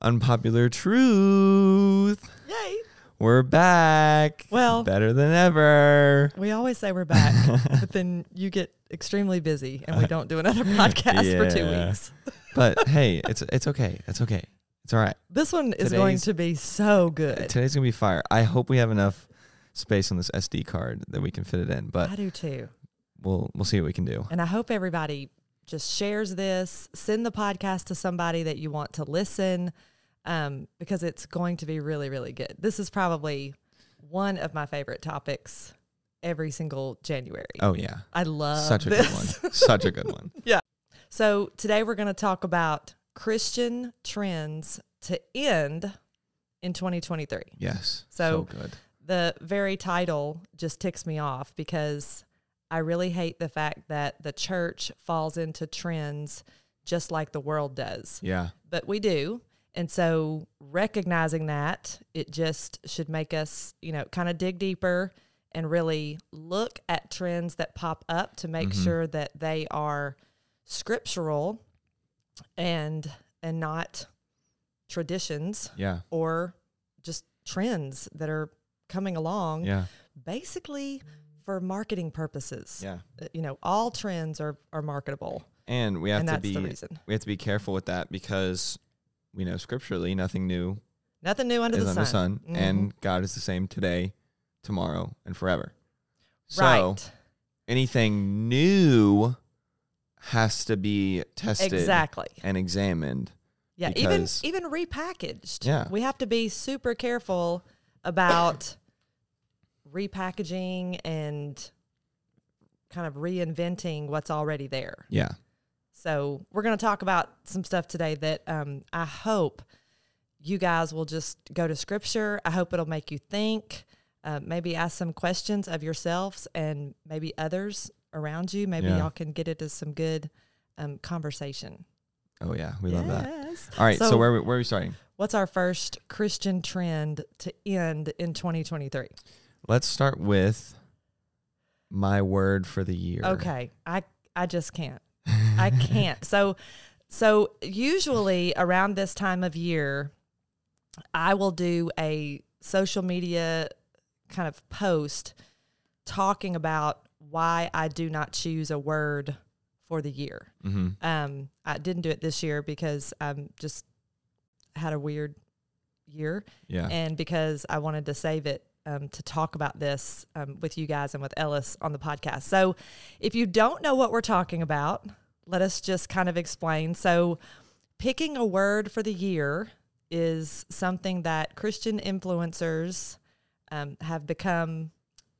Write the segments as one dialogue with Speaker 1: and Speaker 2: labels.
Speaker 1: Unpopular truth.
Speaker 2: Yay.
Speaker 1: We're back.
Speaker 2: Well-
Speaker 1: better than ever.
Speaker 2: We always say we're back, but then you get extremely busy and we don't do another podcast for two
Speaker 1: yeah.
Speaker 2: weeks.
Speaker 1: But hey, it's it's okay. It's okay. It's all right.
Speaker 2: This one is going
Speaker 1: Today's-
Speaker 2: to be so good.
Speaker 1: Today's gonna be fire. I hope we have enough space on this SD card that we can fit it in. But
Speaker 2: I do too.
Speaker 1: we'll we'll see what we can do.
Speaker 2: And I hope everybody just shares this, send the podcast to somebody that you want to listen um, because it's going to be really, really good. This is probably one of my favorite topics every single January.
Speaker 1: Oh yeah,
Speaker 2: I love
Speaker 1: such a
Speaker 2: this.
Speaker 1: good one. Such a good one.
Speaker 2: So today we're going to talk about Christian trends to end in 2023.
Speaker 1: Yes.
Speaker 2: So-
Speaker 1: good.
Speaker 2: The very title just ticks me off because I really hate the fact that the church falls into trends just like the world does.
Speaker 1: Yeah.
Speaker 2: But we do. And so recognizing that, it just should make us, you know, kind of dig deeper and really look at trends that pop up to make
Speaker 1: Mm-hmm.
Speaker 2: sure that they are scriptural and and not traditions
Speaker 1: Yeah.
Speaker 2: or just trends that are coming along
Speaker 1: Yeah.
Speaker 2: basically for marketing purposes.
Speaker 1: Yeah.
Speaker 2: Uh, You know, all trends are are marketable.
Speaker 1: And we have
Speaker 2: And
Speaker 1: to
Speaker 2: that's
Speaker 1: be
Speaker 2: the reason.
Speaker 1: we have to be careful with that because we know scripturally nothing new
Speaker 2: Nothing new under
Speaker 1: is
Speaker 2: the
Speaker 1: under
Speaker 2: sun.
Speaker 1: the sun,
Speaker 2: Mhm.
Speaker 1: and God is the same today, tomorrow, and forever. So
Speaker 2: right.
Speaker 1: anything new has to be tested
Speaker 2: Exactly.
Speaker 1: and examined.
Speaker 2: Yeah,
Speaker 1: because-
Speaker 2: even even repackaged.
Speaker 1: Yeah.
Speaker 2: We have to be super careful about repackaging and kind of reinventing what's already there.
Speaker 1: Yeah.
Speaker 2: So we're going to talk about some stuff today that um, I hope you guys will just go to scripture. I hope it'll make you think, uh, maybe ask some questions of yourselves and maybe others around you. Maybe
Speaker 1: Yeah.
Speaker 2: y'all can get into some good um, conversation.
Speaker 1: Oh yeah, we love that.
Speaker 2: Yes.
Speaker 1: All right, so,
Speaker 2: So-
Speaker 1: where are we, where are we starting?
Speaker 2: What's our first Christian trend to end in 2023?
Speaker 1: Let's start with my word for the year.
Speaker 2: Okay, I I just can't. I can't. So so usually around this time of year, I will do a social media kind of post talking about why I do not choose a word for the year.
Speaker 1: hmm
Speaker 2: Um, I didn't do it this year because um, just had a weird year.
Speaker 1: Yeah.
Speaker 2: and because I wanted to save it um, to talk about this um, with you guys and with Ellis on the podcast. So, if you don't know what we're talking about, let us just kind of explain. So, picking a word for the year is something that Christian influencers um, have become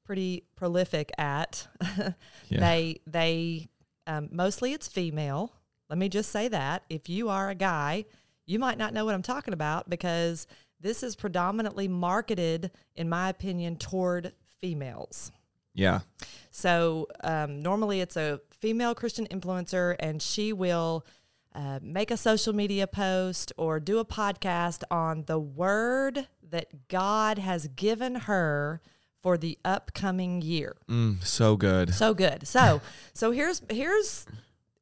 Speaker 2: pretty prolific at.
Speaker 1: Yeah.
Speaker 2: They they um, mostly it's female. Let me just say that if you are a guy, you might not know what I'm talking about because this is predominantly marketed, in my opinion, toward females.
Speaker 1: yeah.
Speaker 2: So um, normally it's a female Christian influencer, and she will uh, make a social media post or do a podcast on the word that God has given her for the upcoming year.
Speaker 1: Mm, so good.
Speaker 2: So good. So so here's here's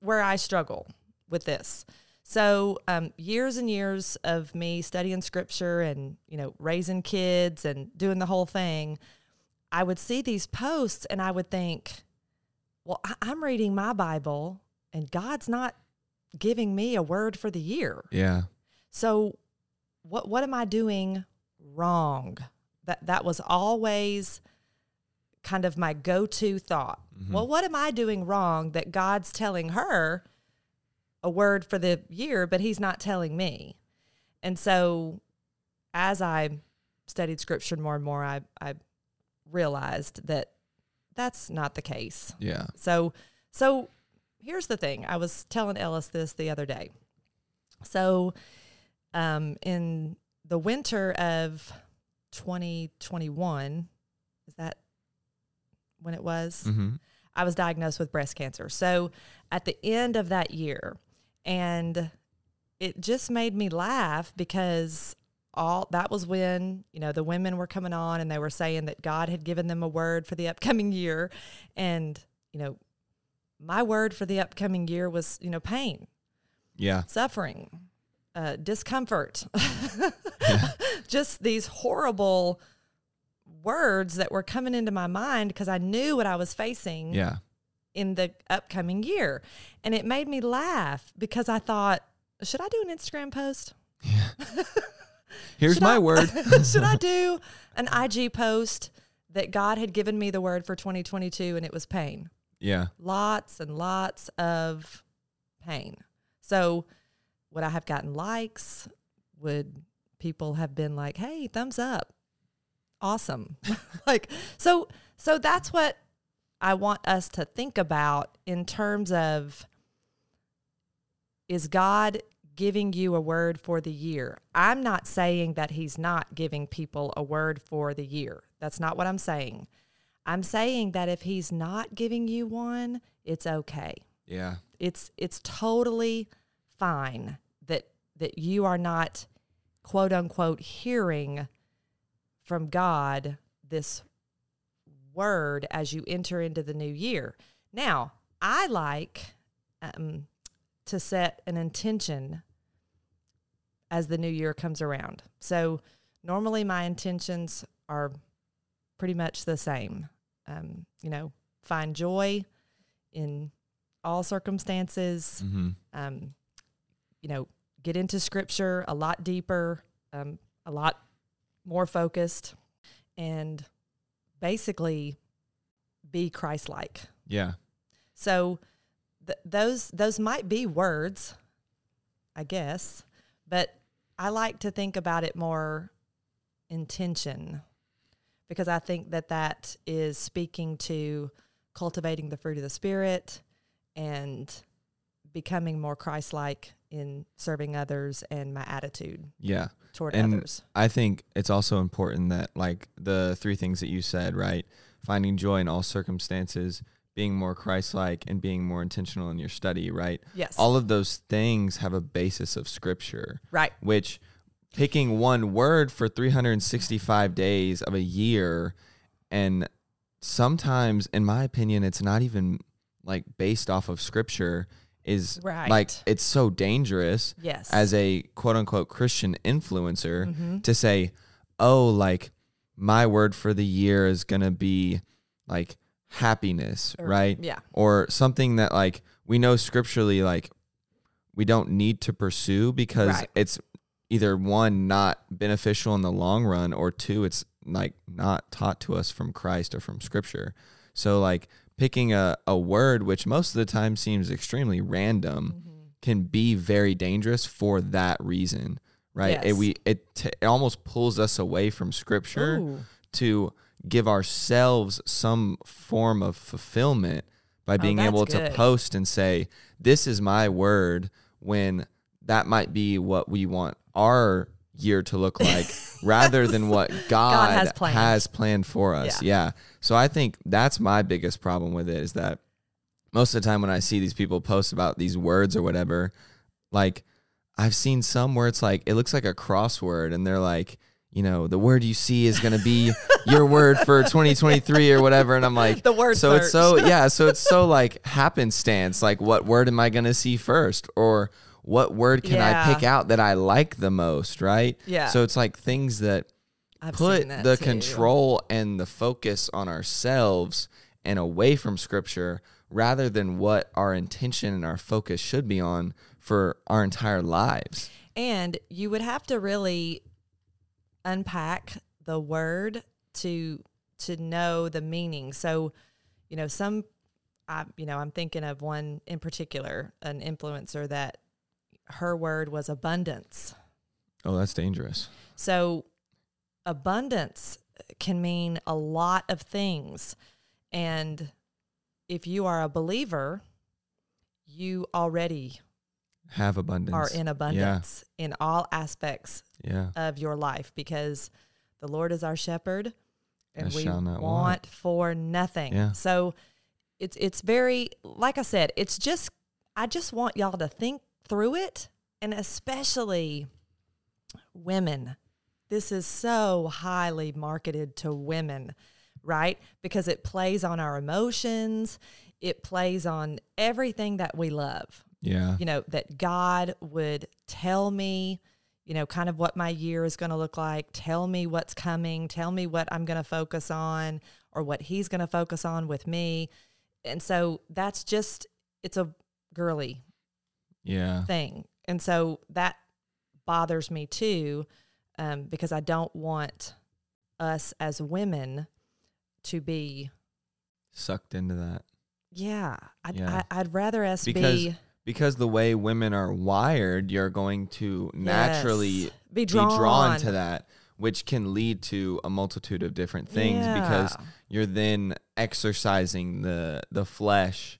Speaker 2: where I struggle with this. So um, years and years of me studying scripture and you know raising kids and doing the whole thing, I would see these posts and I would think, well, I- I'm reading my Bible and God's not giving me a word for the year.
Speaker 1: Yeah.
Speaker 2: So what what am I doing wrong? That that was always kind of my go-to thought. Well, what am I doing wrong that God's telling her a word for the year but he's not telling me? And so as I studied scripture more and more, I I realized that that's not the case.
Speaker 1: Yeah.
Speaker 2: So, so here's the thing. I was telling Ellis this the other day. So, um, in the winter of 2021, is that when it was?
Speaker 1: hmm
Speaker 2: I was diagnosed with breast cancer. So, at the end of that year, and it just made me laugh because all that was when you know the women were coming on and they were saying that God had given them a word for the upcoming year and you know my word for the upcoming year was you know pain
Speaker 1: Yeah.
Speaker 2: suffering uh, discomfort, just these horrible words that were coming into my mind because I knew what I was facing
Speaker 1: Yeah.
Speaker 2: in the upcoming year. And it made me laugh because I thought, should I do an Instagram post?
Speaker 1: Here's
Speaker 2: Should
Speaker 1: my
Speaker 2: I-
Speaker 1: word.
Speaker 2: should I do an IG post that God had given me the word for 2022 and it was pain?
Speaker 1: yeah.
Speaker 2: Lots and lots of pain. So, would I have gotten likes? Would people have been like, "Hey, thumbs up." Awesome. like so so that's what I want us to think about in terms of is God giving you a word for the year? I'm not saying that He's not giving people a word for the year. That's not what I'm saying. I'm saying that if He's not giving you one, it's okay.
Speaker 1: Yeah.
Speaker 2: It's it's totally fine that that you are not quote unquote hearing from God this word as you enter into the new year. Now, I like um, to set an intention as the new year comes around. So, normally my intentions are pretty much the same. Um, you know, find joy in all circumstances
Speaker 1: Mm-hmm.
Speaker 2: um, you know, get into scripture a lot deeper, um, a lot more focused, and basically be Christ like.
Speaker 1: Yeah.
Speaker 2: So th- those those might be words, I guess, but I like to think about it more intention because I think that that is speaking to cultivating the fruit of the spirit and becoming more Christ-like in serving others and my attitude
Speaker 1: Yeah.
Speaker 2: toward
Speaker 1: And
Speaker 2: others.
Speaker 1: I think it's also important that like the three things that you said, right? Finding joy in all circumstances, being more Christ-like and being more intentional in your study, right?
Speaker 2: Yes.
Speaker 1: All of those things have a basis of scripture,
Speaker 2: right.
Speaker 1: which picking one word for 365 days of a year and sometimes in my opinion it's not even like based off of scripture is
Speaker 2: Right.
Speaker 1: like it's so dangerous
Speaker 2: Yes. Mm-hmm.
Speaker 1: as a quote unquote Christian influencer to say, oh, like my word for the year is going to be like happiness, right?
Speaker 2: yeah.
Speaker 1: Or something that like we know scripturally, like we don't need to pursue because
Speaker 2: Right.
Speaker 1: it's either one, not beneficial in the long run, or two, it's like not taught to us from Christ or from scripture. So, like, picking a, a word which most of the time seems extremely random
Speaker 2: Mm-hmm.
Speaker 1: can be very dangerous for that reason, right? It,
Speaker 2: Yes.
Speaker 1: we it, t- it almost pulls us away from scripture
Speaker 2: Ooh.
Speaker 1: to give ourselves some form of fulfillment by being
Speaker 2: Oh, that's
Speaker 1: able to
Speaker 2: good.
Speaker 1: post and say, "This is my word," when that might be what we want our year to look like, rather than what God,
Speaker 2: has planned.
Speaker 1: has planned for us. yeah. So I think that's my biggest problem with it is that most of the time when I see these people post about these words or whatever, like I've seen some where it's like it looks like a crossword and they're like, you know, the word you see is gonna be your word for 2023 or whatever. And I'm like,
Speaker 2: The word
Speaker 1: So it's so yeah, so it's so like happenstance. Like what word am I gonna see first? Or what word can I
Speaker 2: Yeah.
Speaker 1: pick out that I like the most, right?
Speaker 2: Yeah.
Speaker 1: So it's like things that
Speaker 2: I've
Speaker 1: put
Speaker 2: seen that
Speaker 1: the
Speaker 2: too.
Speaker 1: control and the focus on ourselves and away from scripture rather than what our intention and our focus should be on for our entire lives.
Speaker 2: And you would have to really unpack the word to to know the meaning. So, you know, some I you know, I'm thinking of one in particular, an influencer that her word was abundance.
Speaker 1: Oh, that's dangerous.
Speaker 2: So, abundance can mean a lot of things. And if you are a believer, you already
Speaker 1: Have abundance.
Speaker 2: are in abundance in all aspects
Speaker 1: Yeah. yeah.
Speaker 2: of your life because the Lord is our shepherd and
Speaker 1: I
Speaker 2: we
Speaker 1: shall not
Speaker 2: want,
Speaker 1: want.
Speaker 2: for nothing.
Speaker 1: Yeah.
Speaker 2: So it's it's very like I said, it's just I just want y'all to think through it and especially women. This is so highly marketed to women, right? Because it plays on our emotions, it plays on everything that we love.
Speaker 1: Yeah.
Speaker 2: you know, that God would tell me, you know, kind of what my year is going to look like, tell me what's coming, tell me what I'm going to focus on or what he's going to focus on with me. And so that's just, it's a girly
Speaker 1: Yeah.
Speaker 2: thing. And so that bothers me too um, because I don't want us as women to be,
Speaker 1: Sucked into that.
Speaker 2: yeah, I'd,
Speaker 1: Yeah.
Speaker 2: I, I'd rather us
Speaker 1: Because
Speaker 2: be
Speaker 1: Because the way women are wired, you're going to naturally
Speaker 2: yes, be
Speaker 1: be drawn to that, which can lead to a multitude of different things because
Speaker 2: Yeah.
Speaker 1: you're then exercising the the flesh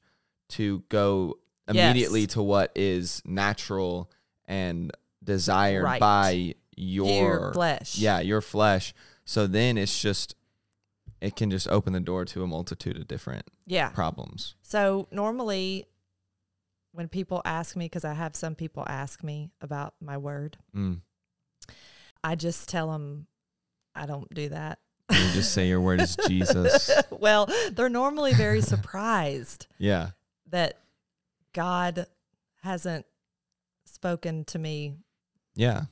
Speaker 1: to go
Speaker 2: Yes.
Speaker 1: immediately to what is natural and desired
Speaker 2: Right.
Speaker 1: by your,
Speaker 2: flesh.
Speaker 1: Yeah, your flesh. So then it's just it can just open the door to a multitude of different
Speaker 2: Yeah.
Speaker 1: problems.
Speaker 2: So normally, when people ask me, because I have some people ask me about my word,
Speaker 1: Mm.
Speaker 2: I just tell them I don't do that.
Speaker 1: You just say your word is Jesus.
Speaker 2: well, they're normally very surprised
Speaker 1: Yeah.
Speaker 2: that God hasn't spoken to me
Speaker 1: Yeah.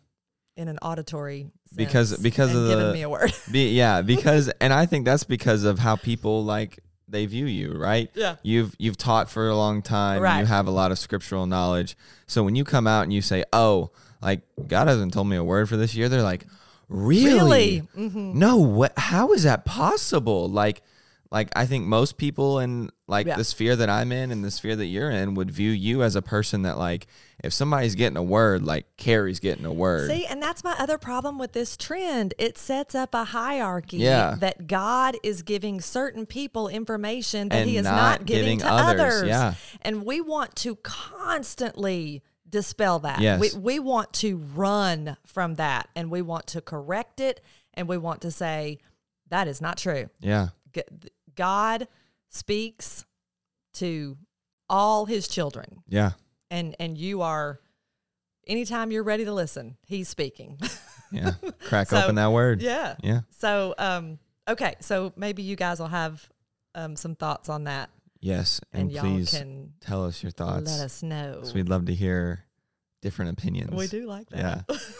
Speaker 2: in an auditory sense
Speaker 1: Because- because
Speaker 2: and
Speaker 1: of
Speaker 2: given
Speaker 1: the-
Speaker 2: me a word.
Speaker 1: Be, yeah, because and I think that's because of how people like they view you, right?
Speaker 2: yeah.
Speaker 1: You've you've taught for a long time. You
Speaker 2: Right.
Speaker 1: have a lot of scriptural knowledge. So when you come out and you say, "Oh, like God hasn't told me a word for this year," they're like, "Really?
Speaker 2: Really? Mm-hmm.
Speaker 1: No, what? How is that possible?" Like, like I think most people in like
Speaker 2: Yeah.
Speaker 1: the sphere that I'm in and the sphere that you're in would view you as a person that like if somebody's getting a word, like Carrie's getting a word.
Speaker 2: See, and that's my other problem with this trend. It sets up a hierarchy
Speaker 1: Yeah.
Speaker 2: that God is giving certain people information that
Speaker 1: And
Speaker 2: He is
Speaker 1: not
Speaker 2: not, giving,
Speaker 1: giving
Speaker 2: to
Speaker 1: others,
Speaker 2: others.
Speaker 1: yeah.
Speaker 2: And we want to constantly dispel that.
Speaker 1: Yes.
Speaker 2: We, we want to run from that and we want to correct it and we want to say, that is not true.
Speaker 1: yeah,
Speaker 2: G- God speaks to all His children
Speaker 1: yeah.
Speaker 2: and and you are anytime you're ready to listen he's speaking
Speaker 1: Yeah. Crack
Speaker 2: So,
Speaker 1: open that word.
Speaker 2: yeah
Speaker 1: Yeah.
Speaker 2: so um okay so maybe you guys will have um some thoughts on that
Speaker 1: Yes.
Speaker 2: and,
Speaker 1: And,
Speaker 2: y'all
Speaker 1: please
Speaker 2: can
Speaker 1: tell us your thoughts.
Speaker 2: let us know
Speaker 1: 'cause we'd love to hear different opinions.
Speaker 2: we do like
Speaker 1: Yeah.
Speaker 2: that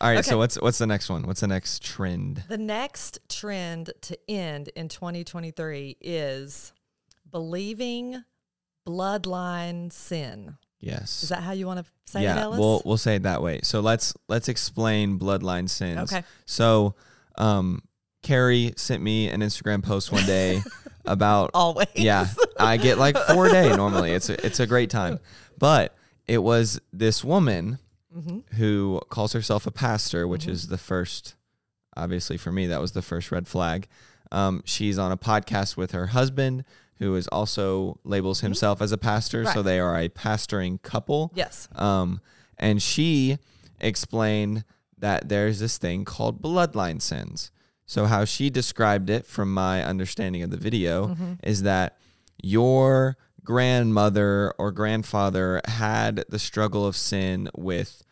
Speaker 1: All right.
Speaker 2: Okay.
Speaker 1: So what's what's the next one? What's the next trend?
Speaker 2: the next trend to end in 2023 is believing bloodline sin
Speaker 1: Yes.
Speaker 2: is that how you want to say it
Speaker 1: yeah.
Speaker 2: Ellis?
Speaker 1: We'll we'll say it that way. So let's let's explain bloodline sins.
Speaker 2: okay
Speaker 1: So um Carrie sent me an Instagram post one day about
Speaker 2: always
Speaker 1: Yeah, I get like four a day normally. It's a, it's a great time, but it was this woman who calls herself a pastor, which is the first, obviously for me, that was the first red flag. Um, she's on a podcast with her husband, who is also labels himself as a pastor, so
Speaker 2: Right.
Speaker 1: they are a pastoring couple.
Speaker 2: yes
Speaker 1: Um, and she explained that there's this thing called bloodline sins. So, how she described it from my understanding of the video is that your grandmother or grandfather had the struggle of sin with,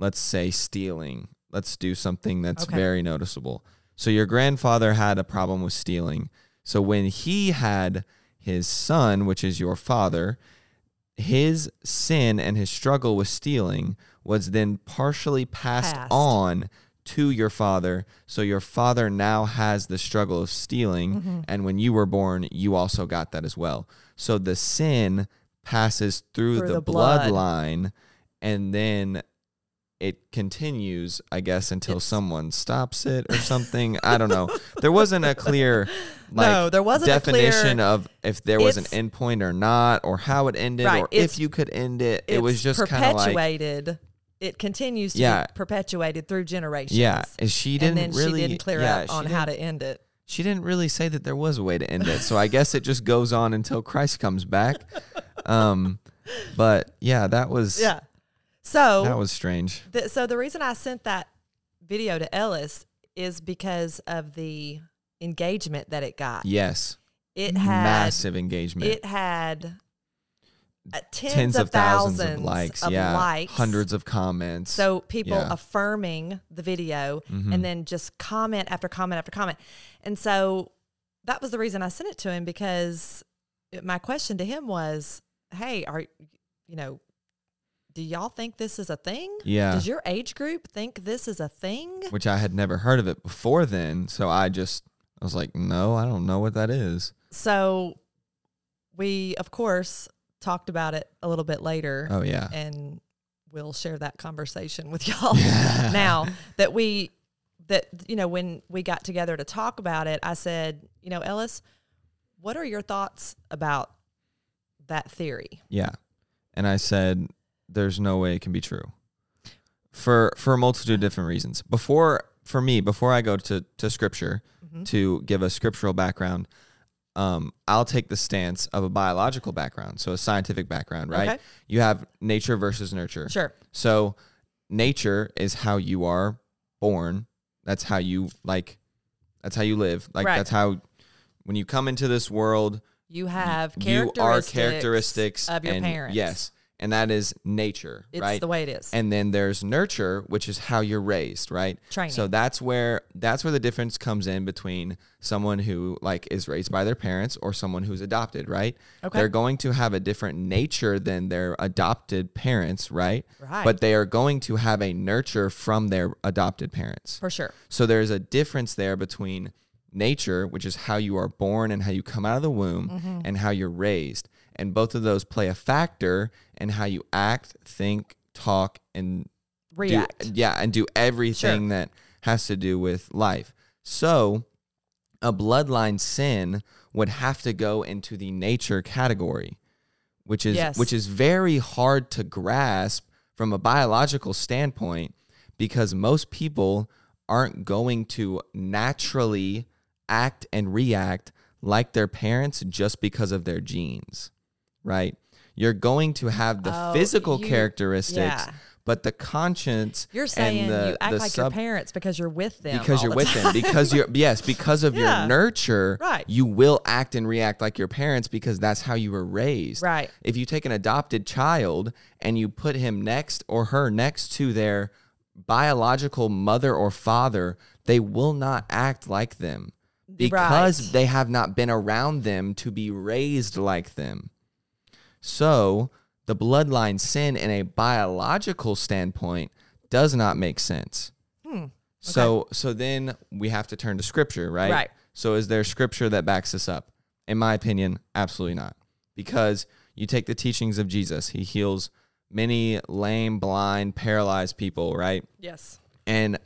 Speaker 1: let's say, stealing. Let's do something that's
Speaker 2: Okay.
Speaker 1: very noticeable. So, your grandfather had a problem with stealing. So, when he had his son, which is your father, his sin and his struggle with stealing was then partially passed,
Speaker 2: Passed.
Speaker 1: on to your father. So your father now has the struggle of stealing.
Speaker 2: Mm-hmm.
Speaker 1: And when you were born, you also got that as well. So the sin passes through,
Speaker 2: Through
Speaker 1: the,
Speaker 2: the blood.
Speaker 1: bloodline and then it continues, I guess, until someone stops it or something. I don't know. There wasn't a clear like
Speaker 2: No, there wasn't a clear-
Speaker 1: definition of if there was an
Speaker 2: It's-
Speaker 1: endpoint or not, or how it ended,
Speaker 2: Right,
Speaker 1: or
Speaker 2: it's-
Speaker 1: if you could end it. It
Speaker 2: it's
Speaker 1: was just kind of like,
Speaker 2: perpetuated. it continues to
Speaker 1: Yeah.
Speaker 2: be perpetuated through generations.
Speaker 1: yeah. And she didn't
Speaker 2: and then
Speaker 1: really
Speaker 2: she didn't clear
Speaker 1: yeah,
Speaker 2: up
Speaker 1: she
Speaker 2: on how
Speaker 1: didn't-
Speaker 2: to end it.
Speaker 1: She didn't really say that there was a way to end it. So I guess it just goes on until Christ comes back. Um, but yeah, that was
Speaker 2: Yeah. So
Speaker 1: that was strange.
Speaker 2: the, so the reason I sent that video to Ellis is because of the engagement that it got.
Speaker 1: Yes,
Speaker 2: It had
Speaker 1: massive engagement.
Speaker 2: it had uh, tens,
Speaker 1: Tens, of thousands, of likes.
Speaker 2: of
Speaker 1: yeah,
Speaker 2: likes.
Speaker 1: hundreds of comments.
Speaker 2: So people
Speaker 1: Yeah. Mm-hmm.
Speaker 2: affirming the video and then just comment after comment after comment. And so that was the reason I sent it to him because it- my question to him was, "Hey, are you know, do y'all think this is a thing?
Speaker 1: Yeah.
Speaker 2: Does your age group think this is a thing?
Speaker 1: Which I had never heard of it before then. So I just, I was like, no, I don't know what that is.
Speaker 2: So we, of course, talked about it a little bit later.
Speaker 1: Oh, yeah.
Speaker 2: And we'll share that conversation with y'all now that we, that, you know, when we got together to talk about it, I said, you know, Ellis, what are your thoughts about that theory?
Speaker 1: Yeah. And I said, there's no way it can be true for for a multitude of different reasons before for me before i go to to scripture
Speaker 2: Mhm.
Speaker 1: to give a scriptural background um, i'll take the stance of a biological background so a scientific background right
Speaker 2: Okay.
Speaker 1: you have nature versus nurture
Speaker 2: Sure.
Speaker 1: so nature is how you are born. That's how you like that's how you live. Like
Speaker 2: Right.
Speaker 1: that's how when you come into this world,
Speaker 2: You have
Speaker 1: you
Speaker 2: characteristics
Speaker 1: are characteristics
Speaker 2: of your
Speaker 1: and-
Speaker 2: parents.
Speaker 1: Yes. And that is nature,
Speaker 2: It's
Speaker 1: right?
Speaker 2: the way it is.
Speaker 1: and then there's nurture, which is how you're raised, right?
Speaker 2: Training.
Speaker 1: So that's where that's where the difference comes in between someone who like is raised by their parents or someone who's adopted, right?
Speaker 2: Okay.
Speaker 1: They're going to have a different nature than their adopted parents, right?
Speaker 2: Right.
Speaker 1: But they are going to have a nurture from their adopted parents.
Speaker 2: for sure.
Speaker 1: So there's a difference there between nature, which is how you are born and how you come out of the womb, and how you're raised. And both of those play a factor in how you act, think, talk, and do-
Speaker 2: React.
Speaker 1: yeah, and do everything that has to do with life. So a bloodline sin would have to go into the nature category, which is
Speaker 2: Yes.
Speaker 1: which is very hard to grasp from a biological standpoint because most people aren't going to naturally act and react like their parents just because of their genes, right? You're going to have the
Speaker 2: Oh,
Speaker 1: physical
Speaker 2: you-
Speaker 1: characteristics
Speaker 2: yeah.
Speaker 1: but the conscience
Speaker 2: You're saying
Speaker 1: and the,
Speaker 2: you act
Speaker 1: the
Speaker 2: like your
Speaker 1: sub-
Speaker 2: parents because you're with them.
Speaker 1: because
Speaker 2: all
Speaker 1: you're
Speaker 2: the
Speaker 1: with them
Speaker 2: time.
Speaker 1: because you're yes because of
Speaker 2: Yeah.
Speaker 1: your nurture
Speaker 2: Right.
Speaker 1: you will act and react like your parents because that's how you were raised
Speaker 2: Right.
Speaker 1: if you take an adopted child and you put him next or her next to their biological mother or father they will not act like them because
Speaker 2: Right.
Speaker 1: they have not been around them to be raised like them so the bloodline sin in a biological standpoint does not make sense. So so then we have to turn to scripture, right?
Speaker 2: Right.
Speaker 1: So is there scripture that backs this up? In my opinion, absolutely not. Because you take the teachings of Jesus. He heals many lame, blind, paralyzed people, right?
Speaker 2: yes.
Speaker 1: And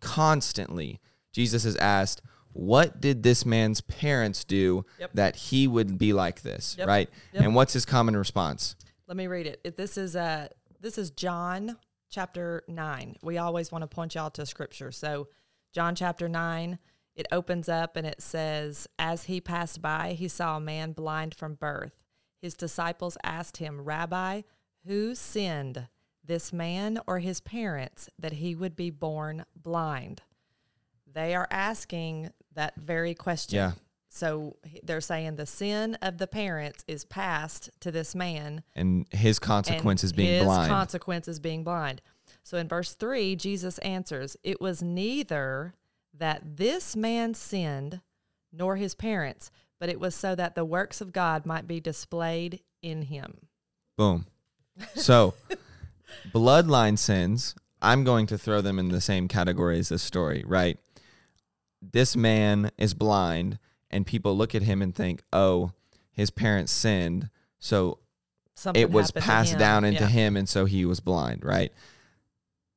Speaker 1: constantly Jesus is asked, What did this man's parents do
Speaker 2: Yep.
Speaker 1: that he would be like this?
Speaker 2: Yep.
Speaker 1: Right?
Speaker 2: Yep.
Speaker 1: And what's his common response?
Speaker 2: Let me read it. If this is uh this is John chapter nine. We always want to point y'all to scripture. So John chapter nine, it opens up and it says, As he passed by, he saw a man blind from birth. His disciples asked him, Rabbi, who sinned, this man or his parents, that he would be born blind? They are asking that very question.
Speaker 1: Yeah.
Speaker 2: So he- they're saying the sin of the parents is passed to this man
Speaker 1: and his
Speaker 2: and
Speaker 1: consequences being
Speaker 2: his
Speaker 1: blind.
Speaker 2: consequences being blind. So in verse 3, Jesus answers, It was neither that this man sinned nor his parents, but it was so that the works of God might be displayed in him.
Speaker 1: Boom. So, bloodline sins, I'm going to throw them in the same category as this story, right? This man is blind, and people look at him and think, oh, his parents sinned. So
Speaker 2: Something
Speaker 1: it was
Speaker 2: happened to
Speaker 1: passed
Speaker 2: him.
Speaker 1: down into
Speaker 2: Yeah.
Speaker 1: him, and so he was blind, right?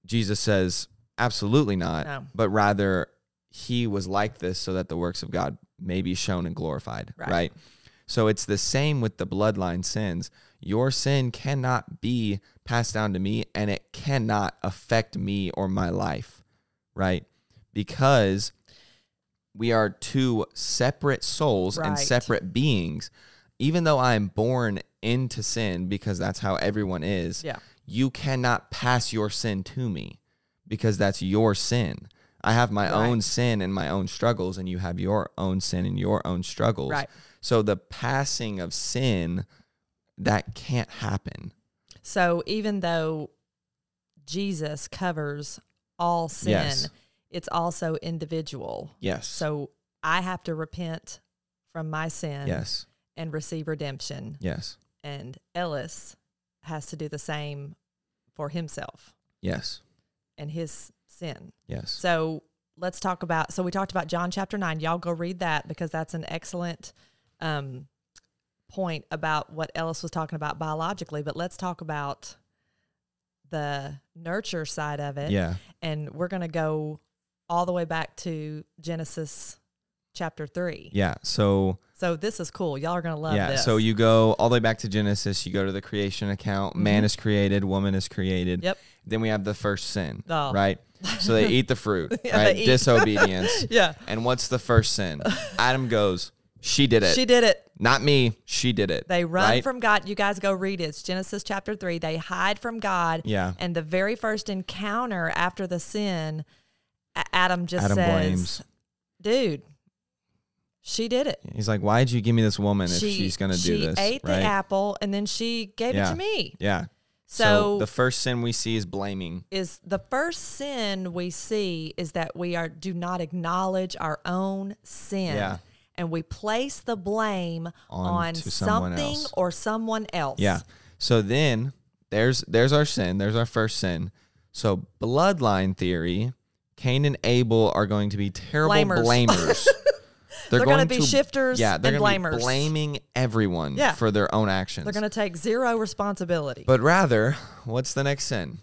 Speaker 1: Jesus says, absolutely not,
Speaker 2: No.
Speaker 1: but rather he was like this so that the works of God may be shown and glorified,
Speaker 2: Right.
Speaker 1: right? So it's the same with the bloodline sins. Your sin cannot be passed down to me, and it cannot affect me or my life, right? Because we are two separate souls
Speaker 2: Right.
Speaker 1: and separate beings. Even though I am born into sin, because that's how everyone is,
Speaker 2: Yeah.
Speaker 1: you cannot pass your sin to me because that's your sin. I have my
Speaker 2: Right.
Speaker 1: own sin and my own struggles, and you have your own sin and your own struggles.
Speaker 2: Right.
Speaker 1: So the passing of sin, that can't happen.
Speaker 2: So even though Jesus covers all sin,
Speaker 1: Yes.
Speaker 2: it's also individual.
Speaker 1: Yes.
Speaker 2: So um, I have to repent from my sin
Speaker 1: yes,
Speaker 2: and receive redemption.
Speaker 1: yes,
Speaker 2: And Ellis has to do the same for himself
Speaker 1: Yes.
Speaker 2: and his sin.
Speaker 1: Yes.
Speaker 2: So let's talk about. So we talked about John chapter nine. Y'all go read that because that's an excellent um, point about what Ellis was talking about biologically. But let's talk about the nurture side of it.
Speaker 1: yeah.
Speaker 2: And we're going to go all the way back to Genesis chapter three.
Speaker 1: Yeah. So
Speaker 2: So this is cool. Y'all are going to love
Speaker 1: yeah.
Speaker 2: this. Mm-hmm.
Speaker 1: So you go all the way back to Genesis. You go to the creation account. Man is created. Woman is created.
Speaker 2: Yep.
Speaker 1: Then we have the first sin.
Speaker 2: Oh.
Speaker 1: Right. So they eat the fruit.
Speaker 2: Yeah, they
Speaker 1: right.
Speaker 2: eat.
Speaker 1: Disobedience.
Speaker 2: Yeah.
Speaker 1: And what's the first sin? Adam goes. She did it.
Speaker 2: She did it.
Speaker 1: Not me. She did it.
Speaker 2: They run
Speaker 1: right?
Speaker 2: from God. You guys go read it. It's Genesis chapter three. They hide from God.
Speaker 1: Yeah.
Speaker 2: And the very first encounter after the sin, A- Adam just
Speaker 1: Adam
Speaker 2: says,
Speaker 1: blames.
Speaker 2: "Dude, she did it.
Speaker 1: He's like, "Why'd you give me this woman if
Speaker 2: she,
Speaker 1: she's gonna
Speaker 2: she
Speaker 1: do this?"
Speaker 2: ate
Speaker 1: right?
Speaker 2: the apple, and then she gave it to me.
Speaker 1: Yeah.
Speaker 2: So,
Speaker 1: the first sin we see is blaming.
Speaker 2: is the first sin we see is that we are do not acknowledge our own sin
Speaker 1: Yeah.
Speaker 2: and we place the blame
Speaker 1: On
Speaker 2: on
Speaker 1: to someone
Speaker 2: something
Speaker 1: else.
Speaker 2: or someone else
Speaker 1: Yeah. So then there's there's our sin. There's our first sin. So bloodline theory, Cain and Abel are going to be terrible
Speaker 2: Blamers.
Speaker 1: blamers. They're,
Speaker 2: They're gonna be shifters
Speaker 1: Yeah, they're
Speaker 2: and
Speaker 1: gonna be
Speaker 2: blamers.
Speaker 1: blaming everyone
Speaker 2: Yeah.
Speaker 1: for their own actions.
Speaker 2: they're going to take zero responsibility
Speaker 1: but rather, what's the next sin?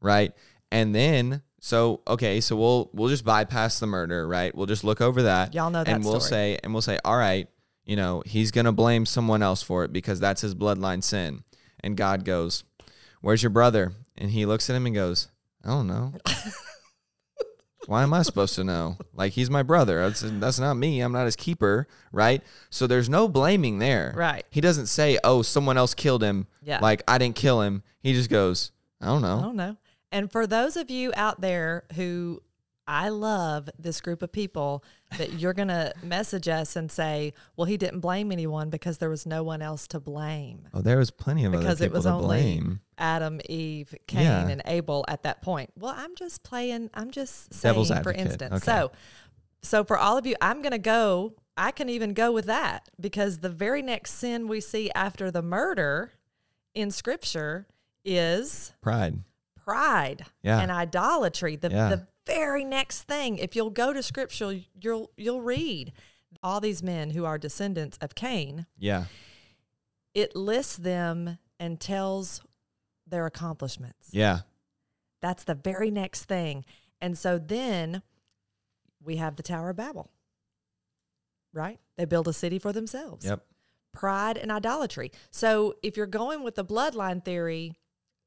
Speaker 1: right and then so okay so we'll we'll just bypass the murder right we'll just look over that
Speaker 2: Y'all know that
Speaker 1: and we'll
Speaker 2: story.
Speaker 1: say and we'll say all right you know he's gonna blame someone else for it because that's his bloodline sin and god goes where's your brother and he looks at him and goes i don't know why am i supposed to know like he's my brother that's, that's not me i'm not his keeper right so there's no blaming there
Speaker 2: Right.
Speaker 1: he doesn't say oh someone else killed him
Speaker 2: Yeah.
Speaker 1: like i didn't kill him he just goes i don't know
Speaker 2: I don't know. And for those of you out there who I love this group of people that you're going to message us and say, well, he didn't blame anyone because there was no one else to blame.
Speaker 1: Oh, there was plenty of
Speaker 2: Because
Speaker 1: other
Speaker 2: it
Speaker 1: people
Speaker 2: was
Speaker 1: to
Speaker 2: only
Speaker 1: blame.
Speaker 2: Adam, Eve, Cain,
Speaker 1: Yeah.
Speaker 2: and Abel at that point. Well, I'm just playing, I'm just saying,
Speaker 1: Devil's
Speaker 2: for
Speaker 1: advocate.
Speaker 2: instance.
Speaker 1: Okay.
Speaker 2: So, so for all of you, I'm going to go, I can even go with that because the very next sin we see after the murder in scripture is
Speaker 1: Pride.
Speaker 2: pride
Speaker 1: Yeah.
Speaker 2: and idolatry. The,
Speaker 1: Yeah.
Speaker 2: the very next thing, if you'll go to scripture, you'll you'll read all these men who are descendants of Cain.
Speaker 1: Yeah.
Speaker 2: It lists them and tells their accomplishments.
Speaker 1: Yeah.
Speaker 2: That's the very next thing. And so then we have the Tower of Babel. Right? They build a city for themselves
Speaker 1: Yep.
Speaker 2: pride and idolatry. So if you're going with the bloodline theory,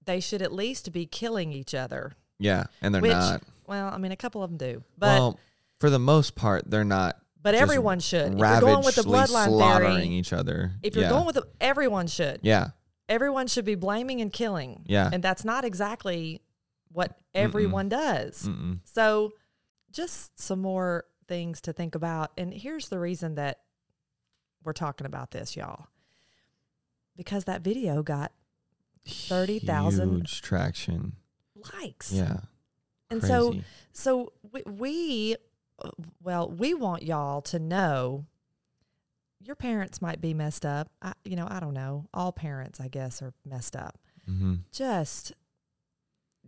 Speaker 2: they should at least be killing each other.
Speaker 1: Yeah. And they're
Speaker 2: which,
Speaker 1: not.
Speaker 2: well, I mean, a couple of them do, but
Speaker 1: Well, for the most part, they're not.
Speaker 2: But
Speaker 1: just
Speaker 2: everyone should. If you're going with the
Speaker 1: ravagely
Speaker 2: bloodline
Speaker 1: slaughtering
Speaker 2: theory,
Speaker 1: each other.
Speaker 2: if you're
Speaker 1: yeah.
Speaker 2: going with the, everyone should,
Speaker 1: yeah.
Speaker 2: everyone should be blaming and killing.
Speaker 1: Yeah.
Speaker 2: and that's not exactly what everyone does.
Speaker 1: Mm-mm.
Speaker 2: So, just some more things to think about. And here's the reason that we're talking about this, y'all, because that video got 30,000
Speaker 1: Huge traction.
Speaker 2: likes.
Speaker 1: Yeah.
Speaker 2: And so,
Speaker 1: Crazy.
Speaker 2: so we, we, uh, well, we want y'all to know your parents might be messed up. I, you know, I don't know. All parents, I guess, are messed up.
Speaker 1: Mhm.
Speaker 2: Just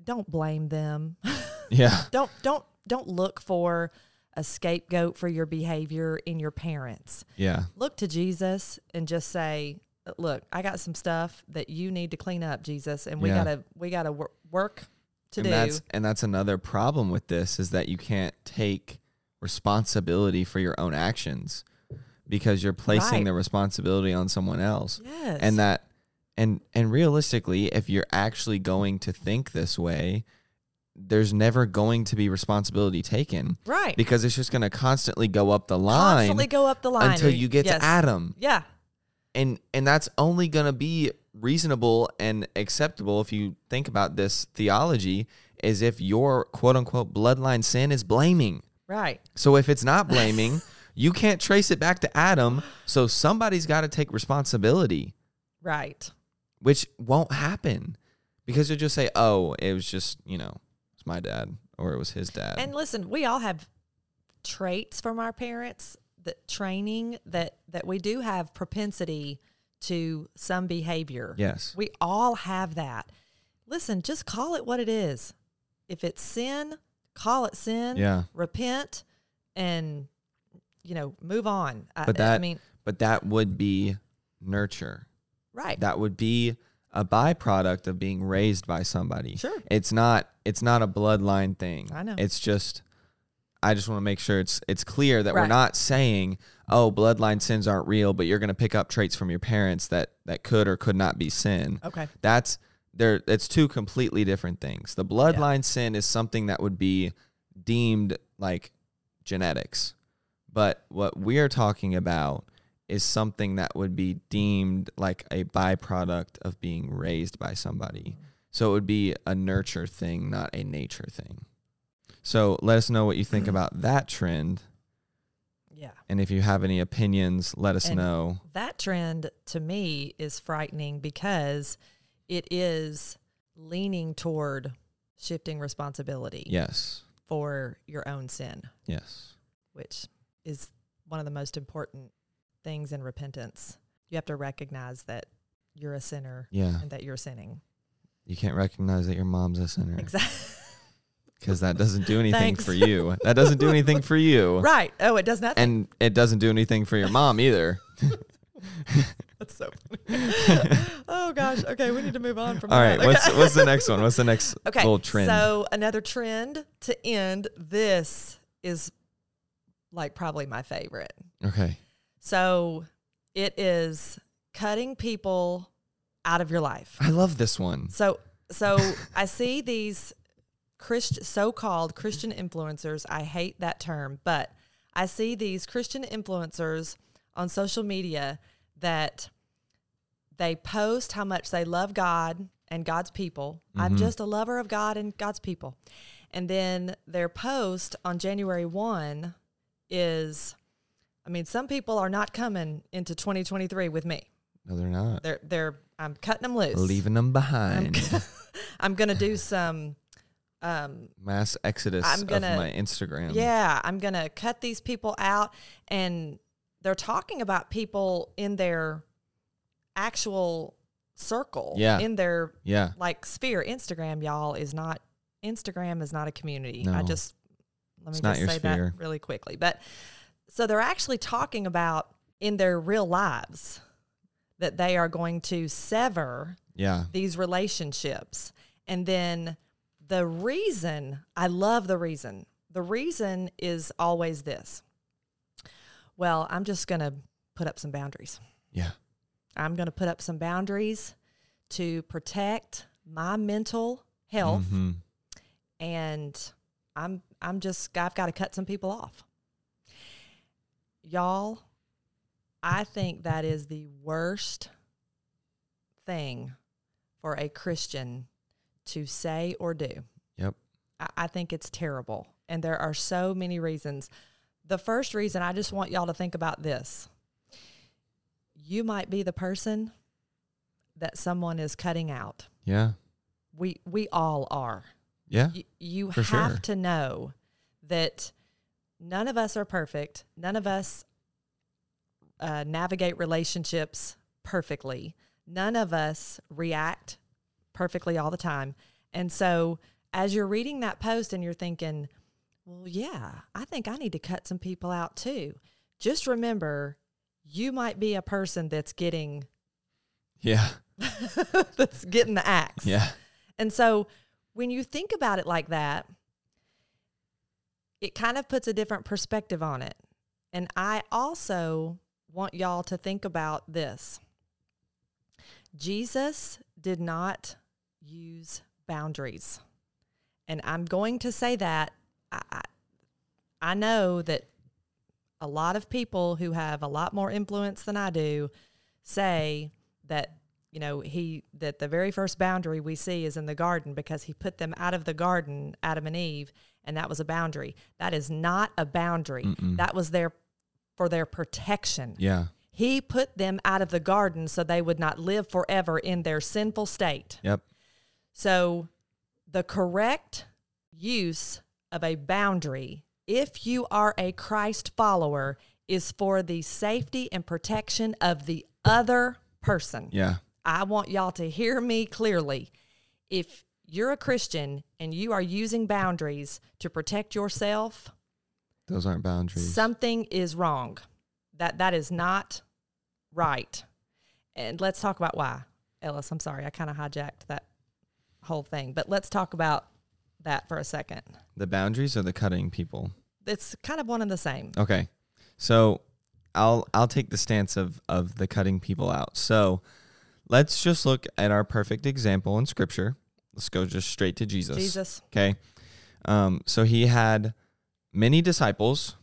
Speaker 2: don't blame them.
Speaker 1: Yeah.
Speaker 2: don't don't don't look for a scapegoat for your behavior in your parents.
Speaker 1: Yeah.
Speaker 2: Look to Jesus and just say, "Look, I got some stuff that you need to clean up, Jesus, and we
Speaker 1: Yeah.
Speaker 2: gotta we gotta wor- work to
Speaker 1: and
Speaker 2: do."
Speaker 1: that's and that's another problem with this is that you can't take responsibility for your own actions because you're placing
Speaker 2: Right.
Speaker 1: the responsibility on someone else.
Speaker 2: yes,
Speaker 1: and that and and realistically if you're actually going to think this way there's never going to be responsibility taken
Speaker 2: right.
Speaker 1: because it's just going to constantly go up the line,
Speaker 2: constantly go up the line
Speaker 1: until you get
Speaker 2: Yes.
Speaker 1: to adam
Speaker 2: Yeah,
Speaker 1: and and that's only going to be reasonable and acceptable if you think about this theology is if your quote unquote bloodline sin is blaming
Speaker 2: right.
Speaker 1: so if it's not blaming you can't trace it back to adam so somebody's got to take responsibility
Speaker 2: Right.
Speaker 1: which won't happen because you'll just say, "Oh, it was just you know, it's my dad or it was his dad."
Speaker 2: And listen, we all have traits from our parents, that training that that we do have propensity to some behavior.
Speaker 1: Yes.
Speaker 2: We all have that. Listen, just call it what it is. If it's sin, call it sin.
Speaker 1: Yeah.
Speaker 2: Repent and you know, move on. I-
Speaker 1: But
Speaker 2: I
Speaker 1: that-
Speaker 2: mean,
Speaker 1: But that would be nurture.
Speaker 2: right.
Speaker 1: That would be a byproduct of being raised by somebody.
Speaker 2: Sure.
Speaker 1: It's not it's not a bloodline thing.
Speaker 2: I know.
Speaker 1: It's just I just want to make sure it's it's clear that we're
Speaker 2: Right.
Speaker 1: not saying, oh, bloodline sins aren't real, but you're gonna pick up traits from your parents that that could or could not be sin.
Speaker 2: Okay.
Speaker 1: That's there it's two completely different things. The bloodline sin is something that would be deemed like genetics. But what we're talking about is something that would be deemed like a byproduct of being raised by somebody. So it would be a nurture thing, not a nature thing. So let us know what you think about that trend.
Speaker 2: Yeah.
Speaker 1: And if you have any opinions, let us
Speaker 2: And-
Speaker 1: know.
Speaker 2: That trend to me is frightening because it is leaning toward shifting responsibility
Speaker 1: Yes.
Speaker 2: for your own sin,
Speaker 1: Yes.
Speaker 2: which is one of the most important things in repentance. You have to recognize that you're a sinner
Speaker 1: Yeah.
Speaker 2: and that you're sinning.
Speaker 1: You can't recognize that your mom's a sinner
Speaker 2: Exactly.
Speaker 1: because that doesn't do anything
Speaker 2: Thanks.
Speaker 1: for you. That doesn't do anything for you.
Speaker 2: right. Oh, it does nothing.
Speaker 1: And it doesn't do anything for your mom either.
Speaker 2: That's so funny. oh gosh. Okay, we need to move on from
Speaker 1: All
Speaker 2: that.
Speaker 1: right.
Speaker 2: Okay.
Speaker 1: What's what's the next one? What's the next
Speaker 2: Okay.
Speaker 1: little trend?
Speaker 2: So another trend to end this is like probably my favorite.
Speaker 1: okay.
Speaker 2: So it is cutting people out of your life.
Speaker 1: I love this one.
Speaker 2: So so I see these Christ so-called Christian influencers. I hate that term, but I see these Christian influencers on social media that they post how much they love God and God's people. I'm just a lover of God and God's people. And then their post on January 1 is I mean, some people are not coming into 2023 with me.
Speaker 1: No, they're not.
Speaker 2: They're they're I'm cutting them loose.
Speaker 1: Leaving them behind.
Speaker 2: I'm gonna do some. Um,
Speaker 1: Mass exodus
Speaker 2: I'm
Speaker 1: of
Speaker 2: gonna-
Speaker 1: my Instagram.
Speaker 2: yeah, I'm gonna cut these people out, and they're talking about people in their actual circle.
Speaker 1: Yeah.
Speaker 2: in their
Speaker 1: Yeah.
Speaker 2: like sphere. Instagram, y'all, is not Instagram is not a community. I
Speaker 1: No.
Speaker 2: just let me
Speaker 1: It's not
Speaker 2: just
Speaker 1: your
Speaker 2: say
Speaker 1: sphere.
Speaker 2: that really quickly. But so they're actually talking about in their real lives that they are going to sever
Speaker 1: Yeah.
Speaker 2: these relationships. And then the reason, I love the reason. The reason is always this. Well, I'm just going to put up some boundaries.
Speaker 1: Yeah.
Speaker 2: I'm going to put up some boundaries to protect my mental health
Speaker 1: Mhm.
Speaker 2: and I'm I'm just I've got to cut some people off. Y'all, I think that is the worst thing for a Christian to say or do.
Speaker 1: Yep.
Speaker 2: I, I think it's terrible. And there are so many reasons. The first reason I just want y'all to think about this. You might be the person that someone is cutting out.
Speaker 1: Yeah.
Speaker 2: We we all are
Speaker 1: Yeah.
Speaker 2: you, you
Speaker 1: For
Speaker 2: have
Speaker 1: sure.
Speaker 2: to know that none of us are perfect. None of us uh, navigate relationships perfectly. None of us react perfectly all the time. And so, as you're reading that post and you're thinking, well, yeah, I think I need to cut some people out too. Just remember, you might be a person that's getting
Speaker 1: Yeah.
Speaker 2: that's getting the axe.
Speaker 1: Yeah.
Speaker 2: And so when you think about it like that, it kind of puts a different perspective on it. And I also want y'all to think about this Jesus did not use boundaries. And I'm going to say that I, I, I know that a lot of people who have a lot more influence than I do say that you know he that the very first boundary we see is in the garden because he put them out of the garden Adam and Eve and that was a boundary that is not a boundary that was their for their protection
Speaker 1: Yeah.
Speaker 2: he put them out of the garden so they would not live forever in their sinful state
Speaker 1: Yep.
Speaker 2: so, the correct use of a boundary, if you are a Christ follower, is for the safety and protection of the other person.
Speaker 1: Yeah.
Speaker 2: I want y'all to hear me clearly. If you're a Christian and you are using boundaries to protect yourself,
Speaker 1: Those aren't boundaries.
Speaker 2: something is wrong. That that is not right. And let's talk about why. Ellis, I'm sorry, I kind of hijacked that whole thing, but let's talk about that for a second.
Speaker 1: the boundaries are the cutting people.
Speaker 2: It's kind of one and the same.
Speaker 1: Okay. So I'll I'll take the stance of of the cutting people out. So let's just look at our perfect example in scripture. Let's go just straight to Jesus.
Speaker 2: Jesus.
Speaker 1: Okay. Um, so he had many disciples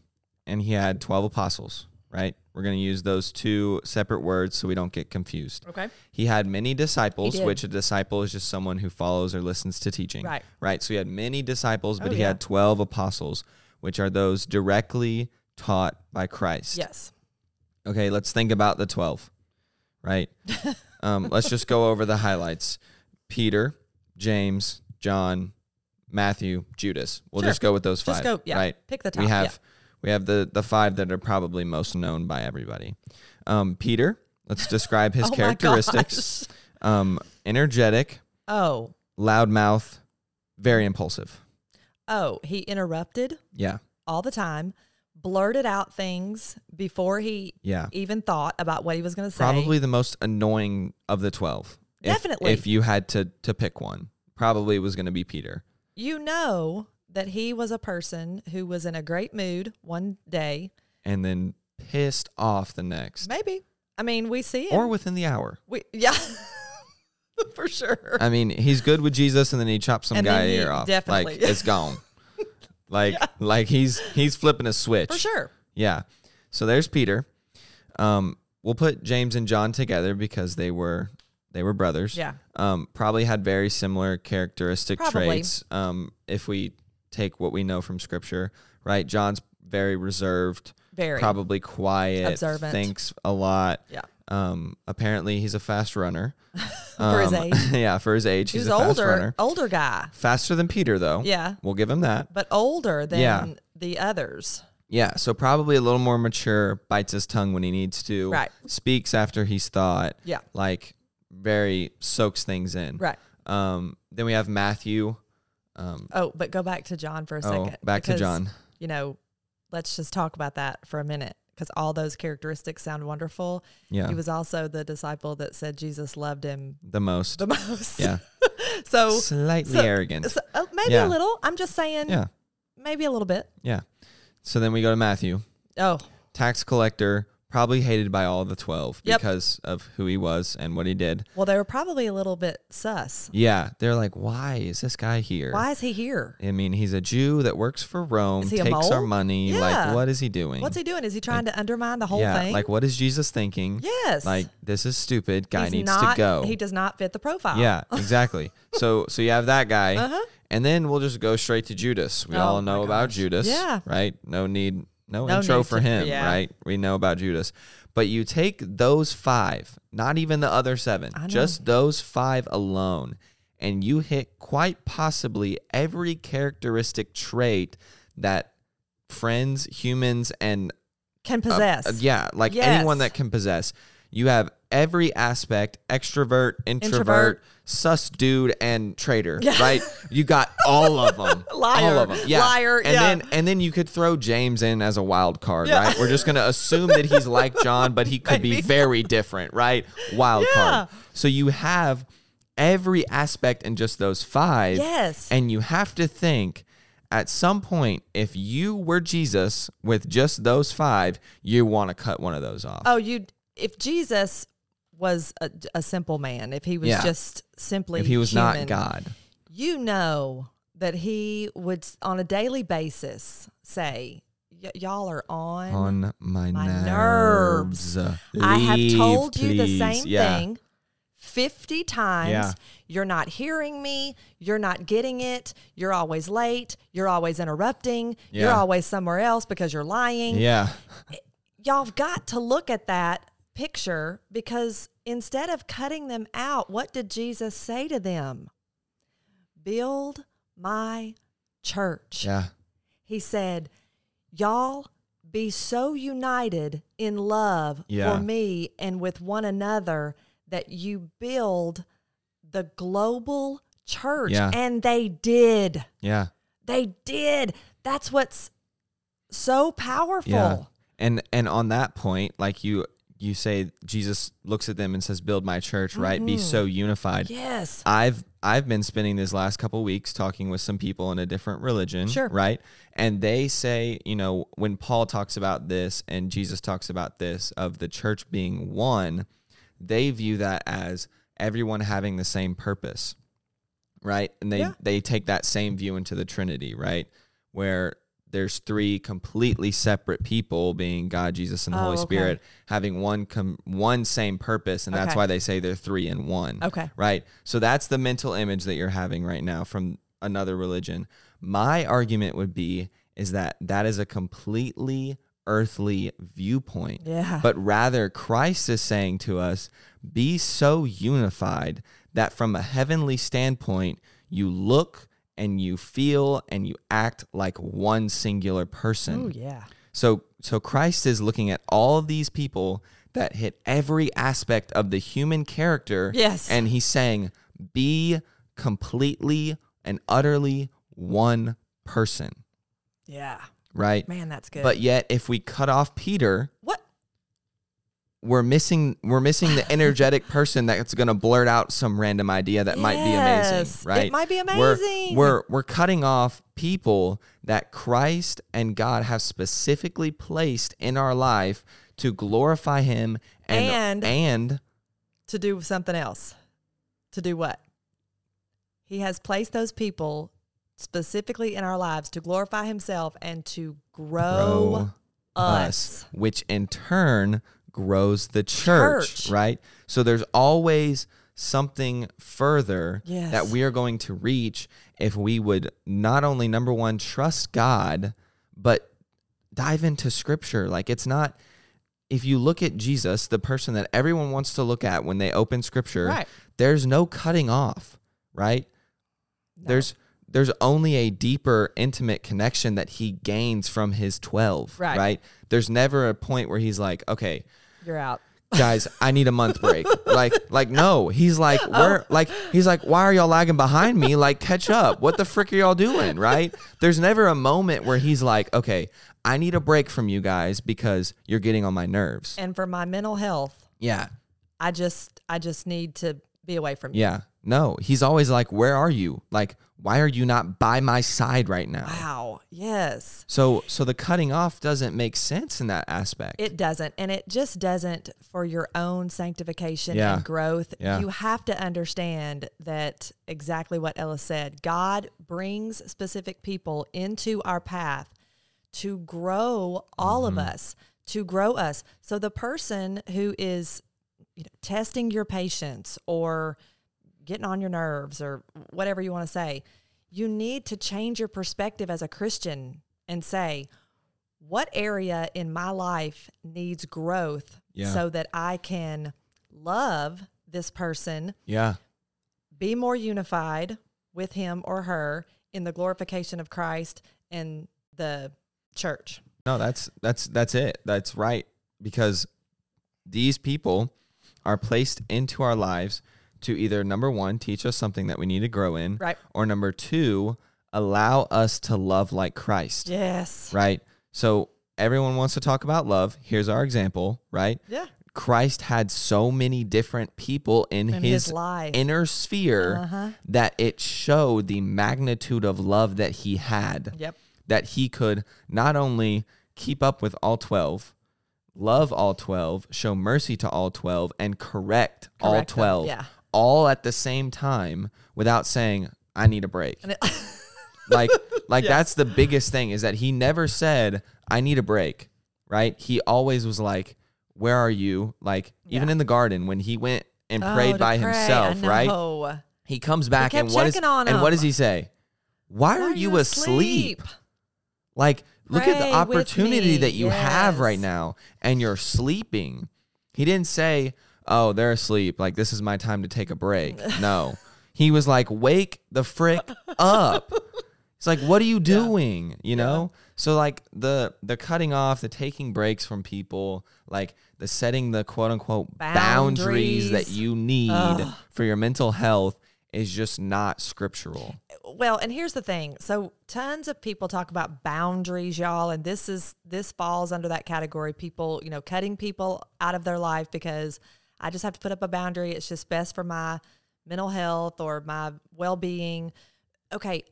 Speaker 1: and he had 12 apostles, right? We're going to use those two separate words so we don't get confused.
Speaker 2: Okay.
Speaker 1: He had many disciples,
Speaker 2: did.
Speaker 1: which a disciple is just someone who follows or listens to teaching.
Speaker 2: Right.
Speaker 1: Right. So he had many disciples, but
Speaker 2: Oh,
Speaker 1: he
Speaker 2: yeah.
Speaker 1: had 12 apostles, which are those directly taught by Christ.
Speaker 2: Yes.
Speaker 1: Okay, let's think about the 12, right? um, let's just go over the highlights Peter, James, John, Matthew, Judas. We'll
Speaker 2: Sure.
Speaker 1: just go with those five.
Speaker 2: Just go. Yeah.
Speaker 1: Right.
Speaker 2: Pick the top.
Speaker 1: we have
Speaker 2: yeah.
Speaker 1: we have the the five that are probably most known by everybody. Um, Peter, let's describe his
Speaker 2: Oh my
Speaker 1: characteristics.
Speaker 2: gosh.
Speaker 1: Um, energetic,
Speaker 2: Oh,
Speaker 1: loudmouth, very impulsive.
Speaker 2: oh, he interrupted
Speaker 1: Yeah.
Speaker 2: all the time, blurted out things before he
Speaker 1: Yeah.
Speaker 2: even thought about what he was going to say.
Speaker 1: Probably the most annoying of the 12. If-
Speaker 2: Definitely.
Speaker 1: If, you had to to pick one, probably was going to be Peter.
Speaker 2: You know that he was a person who was in a great mood one day,
Speaker 1: and then pissed off the next
Speaker 2: maybe. I mean, we see him.
Speaker 1: or within the hour.
Speaker 2: we, yeah, for sure.
Speaker 1: I mean, he's good with Jesus and then he chops some
Speaker 2: And
Speaker 1: guy
Speaker 2: then he-
Speaker 1: ear off.
Speaker 2: definitely.
Speaker 1: Like it's gone. like like he's he's flipping a switch.
Speaker 2: for sure.
Speaker 1: Yeah. So there's Peter. Um we'll put James and John together because they were they were brothers.
Speaker 2: Yeah.
Speaker 1: Um probably had very similar characteristic
Speaker 2: Probably.
Speaker 1: traits. Um if we take what we know from scripture, right? John's very reserved,
Speaker 2: Very.
Speaker 1: probably quiet,
Speaker 2: Observant.
Speaker 1: thinks a lot.
Speaker 2: Yeah.
Speaker 1: Um, apparently he's a fast runner.
Speaker 2: For his
Speaker 1: Um,
Speaker 2: age.
Speaker 1: yeah, for his age,
Speaker 2: He
Speaker 1: he's
Speaker 2: was
Speaker 1: a fast
Speaker 2: older,
Speaker 1: runner.
Speaker 2: older guy.
Speaker 1: Faster than Peter, though.
Speaker 2: Yeah.
Speaker 1: we'll give him that.
Speaker 2: But older than
Speaker 1: Yeah.
Speaker 2: the others.
Speaker 1: Yeah, so probably a little more mature. Bites his tongue when he needs to.
Speaker 2: Right.
Speaker 1: Speaks after he's thought.
Speaker 2: Yeah.
Speaker 1: Like very soaks things in.
Speaker 2: Right.
Speaker 1: Um. Then we have Matthew. Um.
Speaker 2: Oh, but go back to John for a
Speaker 1: Oh,
Speaker 2: second.
Speaker 1: back to
Speaker 2: because,
Speaker 1: John.
Speaker 2: You know, let's just talk about that for a minute because all those characteristics sound wonderful.
Speaker 1: Yeah.
Speaker 2: He was also the disciple that said Jesus loved him
Speaker 1: the most.
Speaker 2: the most.
Speaker 1: yeah.
Speaker 2: So,
Speaker 1: Slightly
Speaker 2: so-
Speaker 1: arrogant.
Speaker 2: so, uh, maybe
Speaker 1: Yeah.
Speaker 2: a little. I'm just saying,
Speaker 1: yeah.
Speaker 2: maybe a little bit.
Speaker 1: Yeah. So then we go to Matthew.
Speaker 2: Oh,
Speaker 1: tax collector, probably hated by all the 12
Speaker 2: Yep.
Speaker 1: because of who he was and what he did.
Speaker 2: well, they were probably a little bit sus.
Speaker 1: Yeah, they're like, why is this guy here?
Speaker 2: Why is he here?
Speaker 1: I mean, he's a Jew that works for Rome,
Speaker 2: Is he a
Speaker 1: takes our
Speaker 2: mole?
Speaker 1: money.
Speaker 2: Yeah.
Speaker 1: Like, what is he doing?
Speaker 2: What's he doing? Is he trying to undermine the whole
Speaker 1: yeah,
Speaker 2: thing?
Speaker 1: like what is Jesus thinking?
Speaker 2: yes.
Speaker 1: Like this is stupid. Guy
Speaker 2: He's
Speaker 1: needs
Speaker 2: not-
Speaker 1: to go.
Speaker 2: He does not fit the profile.
Speaker 1: Yeah, exactly. so so you have that guy, and then we'll just go straight to Judas. We
Speaker 2: Uh-huh. Oh
Speaker 1: all
Speaker 2: my
Speaker 1: know about Judas,
Speaker 2: Yeah.
Speaker 1: right? No need, no,
Speaker 2: No
Speaker 1: intro
Speaker 2: need
Speaker 1: for
Speaker 2: to-
Speaker 1: him,
Speaker 2: yeah.
Speaker 1: right? We know about Judas. But you take those five, not even the other seven,
Speaker 2: know.
Speaker 1: just those five alone, and you hit quite possibly every characteristic trait that friends, humans, and
Speaker 2: Can
Speaker 1: uh,
Speaker 2: possess.
Speaker 1: uh, yeah, like
Speaker 2: Yes.
Speaker 1: anyone that can possess. You have every aspect: extrovert, introvert,
Speaker 2: Introvert.
Speaker 1: sus dude, and traitor.
Speaker 2: Yeah.
Speaker 1: Right? You got all of them.
Speaker 2: Liar.
Speaker 1: All of them. Yeah.
Speaker 2: Liar,
Speaker 1: And
Speaker 2: yeah.
Speaker 1: then and then you could throw James in as a wild card.
Speaker 2: Yeah.
Speaker 1: Right? We're just gonna assume that he's like John, but he could be
Speaker 2: Maybe.
Speaker 1: very different. Right? Wild
Speaker 2: Yeah.
Speaker 1: card. So you have every aspect in just those five.
Speaker 2: Yes.
Speaker 1: And you have to think at some point, if you were Jesus with just those five, you want to cut one of those off.
Speaker 2: Oh, you. If Jesus was a, a simple man, if he was
Speaker 1: Yeah.
Speaker 2: just simply,
Speaker 1: if he was
Speaker 2: human,
Speaker 1: not God.
Speaker 2: you know that he would on a daily basis say, "Y- "Y'all are on."
Speaker 1: On my,
Speaker 2: My
Speaker 1: nerves.
Speaker 2: I have
Speaker 1: Leave,
Speaker 2: told you the
Speaker 1: please."
Speaker 2: same
Speaker 1: Yeah.
Speaker 2: thing. 50 times.
Speaker 1: Yeah.
Speaker 2: You're not hearing me. You're not getting it. You're always late. You're always interrupting. You're
Speaker 1: Yeah.
Speaker 2: always somewhere else because you're lying.
Speaker 1: Yeah.
Speaker 2: y'all have got to look at that picture because instead of cutting them out, what did Jesus say to them? Build my church.
Speaker 1: Yeah.
Speaker 2: He said, Y'all be so united in love
Speaker 1: Yeah.
Speaker 2: for me and with one another that you build the global church.
Speaker 1: Yeah.
Speaker 2: And they did.
Speaker 1: Yeah.
Speaker 2: They did. That's what's so powerful.
Speaker 1: Yeah. And and on that point, like you you say Jesus looks at them and says, Build my church, right?
Speaker 2: Mm-hmm.
Speaker 1: Be so unified.
Speaker 2: Yes.
Speaker 1: I've I've been spending this last couple weeks talking with some people in a different religion,
Speaker 2: Sure.
Speaker 1: right? And they say, you know, when Paul talks about this and Jesus talks about this of the church being one, they view that as everyone having the same purpose, right? And they
Speaker 2: Yeah.
Speaker 1: they take that same view into the Trinity, right? Where there's three completely separate people being God, Jesus, and the
Speaker 2: Oh,
Speaker 1: Holy
Speaker 2: okay.
Speaker 1: Spirit having one com- one same purpose, and that's
Speaker 2: Okay.
Speaker 1: why they say they're three in one.
Speaker 2: Okay.
Speaker 1: Right. So that's the mental image that you're having right now from another religion. My argument would be is that that is a completely earthly viewpoint.
Speaker 2: Yeah.
Speaker 1: But rather Christ is saying to us, be so unified that from a heavenly standpoint you look and you feel and you act like one singular person.
Speaker 2: Oh, yeah.
Speaker 1: So so Christ is looking at all of these people that hit every aspect of the human character.
Speaker 2: Yes.
Speaker 1: And he's saying, be completely and utterly one person.
Speaker 2: Yeah.
Speaker 1: Right?
Speaker 2: Man, that's good.
Speaker 1: But yet if we cut off Peter,
Speaker 2: what?
Speaker 1: we're missing we're missing the energetic person that's going to blurt out some random idea that might be
Speaker 2: Yes,
Speaker 1: amazing
Speaker 2: it
Speaker 1: right
Speaker 2: might be
Speaker 1: We're-
Speaker 2: amazing.
Speaker 1: we're, we're cutting off people that christ and god have specifically placed in our life to glorify him and
Speaker 2: And-
Speaker 1: and
Speaker 2: To do something else. To do what? He has placed those people specifically in our lives to glorify himself and to grow,
Speaker 1: grow us, which in turn grows the church,
Speaker 2: Church.
Speaker 1: right? So there's always something further
Speaker 2: Yes.
Speaker 1: that we are going to reach if we would not only number one trust God, but dive into scripture. Like it's not if you look at Jesus, the person that everyone wants to look at when they open scripture,
Speaker 2: Right.
Speaker 1: there's no cutting off, right? There's there's only a deeper intimate connection that he gains from his 12,
Speaker 2: Right.
Speaker 1: There's never a point where he's like, "Okay,
Speaker 2: You're out.
Speaker 1: guys, I need a month break." like like no, he's like, "We're like he's like, "Why are y'all lagging behind me? Like catch up. What the frick are y'all doing?" Right? There's never a moment where he's like, "Okay, I need a break from you guys because you're getting on my nerves."
Speaker 2: And for my mental health,
Speaker 1: Yeah.
Speaker 2: I just I just need to be away from you.
Speaker 1: Yeah. No, he's always like, "Where are you? Like, why are you not by my side right now?"
Speaker 2: Wow. Yes.
Speaker 1: So, so the cutting off doesn't make sense in that aspect.
Speaker 2: It doesn't. And it just doesn't for your own sanctification
Speaker 1: Yeah.
Speaker 2: and growth.
Speaker 1: Yeah.
Speaker 2: You have to understand that exactly what Ella said God brings specific people into our path to grow all
Speaker 1: Mm-hmm.
Speaker 2: of us, to grow us. So the person who is you know, testing your patience or getting on your nerves or whatever you want to say, you need to change your perspective as a Christian and say, what area in my life needs growth
Speaker 1: Yeah.
Speaker 2: so that I can love this person,
Speaker 1: yeah.
Speaker 2: be more unified with him or her in the glorification of Christ and the church?
Speaker 1: No, that's that's that's it. That's right because these people are placed into our lives to either number 1 teach us something that we need to grow in
Speaker 2: Right.
Speaker 1: or number 2 allow us to love like Christ.
Speaker 2: Yes.
Speaker 1: Right? So everyone wants to talk about love. Here's our example, right?
Speaker 2: Yeah.
Speaker 1: Christ had so many different people in,
Speaker 2: In his life.
Speaker 1: inner sphere
Speaker 2: Uh-huh.
Speaker 1: that it showed the magnitude of love that he had.
Speaker 2: Yep.
Speaker 1: That he could not only keep up with all 12, love all 12, show mercy to all 12, and correct, all
Speaker 2: Correct them,
Speaker 1: 12
Speaker 2: yeah.
Speaker 1: all at the same time without saying, I need a break.
Speaker 2: And it,
Speaker 1: Like, like that's the biggest thing is that he never said, I need a break, right? He always was like, Where are you? Like, even in the garden when he went and prayed
Speaker 2: Oh, to
Speaker 1: by
Speaker 2: pray,
Speaker 1: himself,
Speaker 2: I
Speaker 1: right?
Speaker 2: know.
Speaker 1: He comes back
Speaker 2: kept
Speaker 1: and what is
Speaker 2: checking on
Speaker 1: and what
Speaker 2: him.
Speaker 1: does he say? Why,
Speaker 2: Why
Speaker 1: are you asleep? Like, look at
Speaker 2: Pray
Speaker 1: the
Speaker 2: with
Speaker 1: opportunity
Speaker 2: me.
Speaker 1: that you have right
Speaker 2: Yes.
Speaker 1: now, and you're sleeping. He didn't say, "Oh, they're asleep. Like this is my time to take a break." No, he was like, "Wake the frick up." It's like, what are you doing? You know? So like the the cutting off, the taking breaks from people, like the setting the quote unquote boundaries,
Speaker 2: Boundaries.
Speaker 1: that you need
Speaker 2: Ugh.
Speaker 1: for your mental health is just not scriptural.
Speaker 2: Well, and here's the thing. So tons of people talk about boundaries, y'all, and this is this falls under that category. People, you know, cutting people out of their life because I just have to put up a boundary. It's just best for my mental health or my well-being. Okay.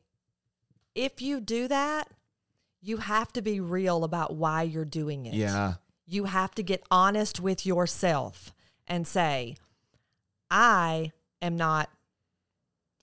Speaker 2: If you do that, you have to be real about why you're doing it.
Speaker 1: Yeah.
Speaker 2: you have to get honest with yourself and say, I am not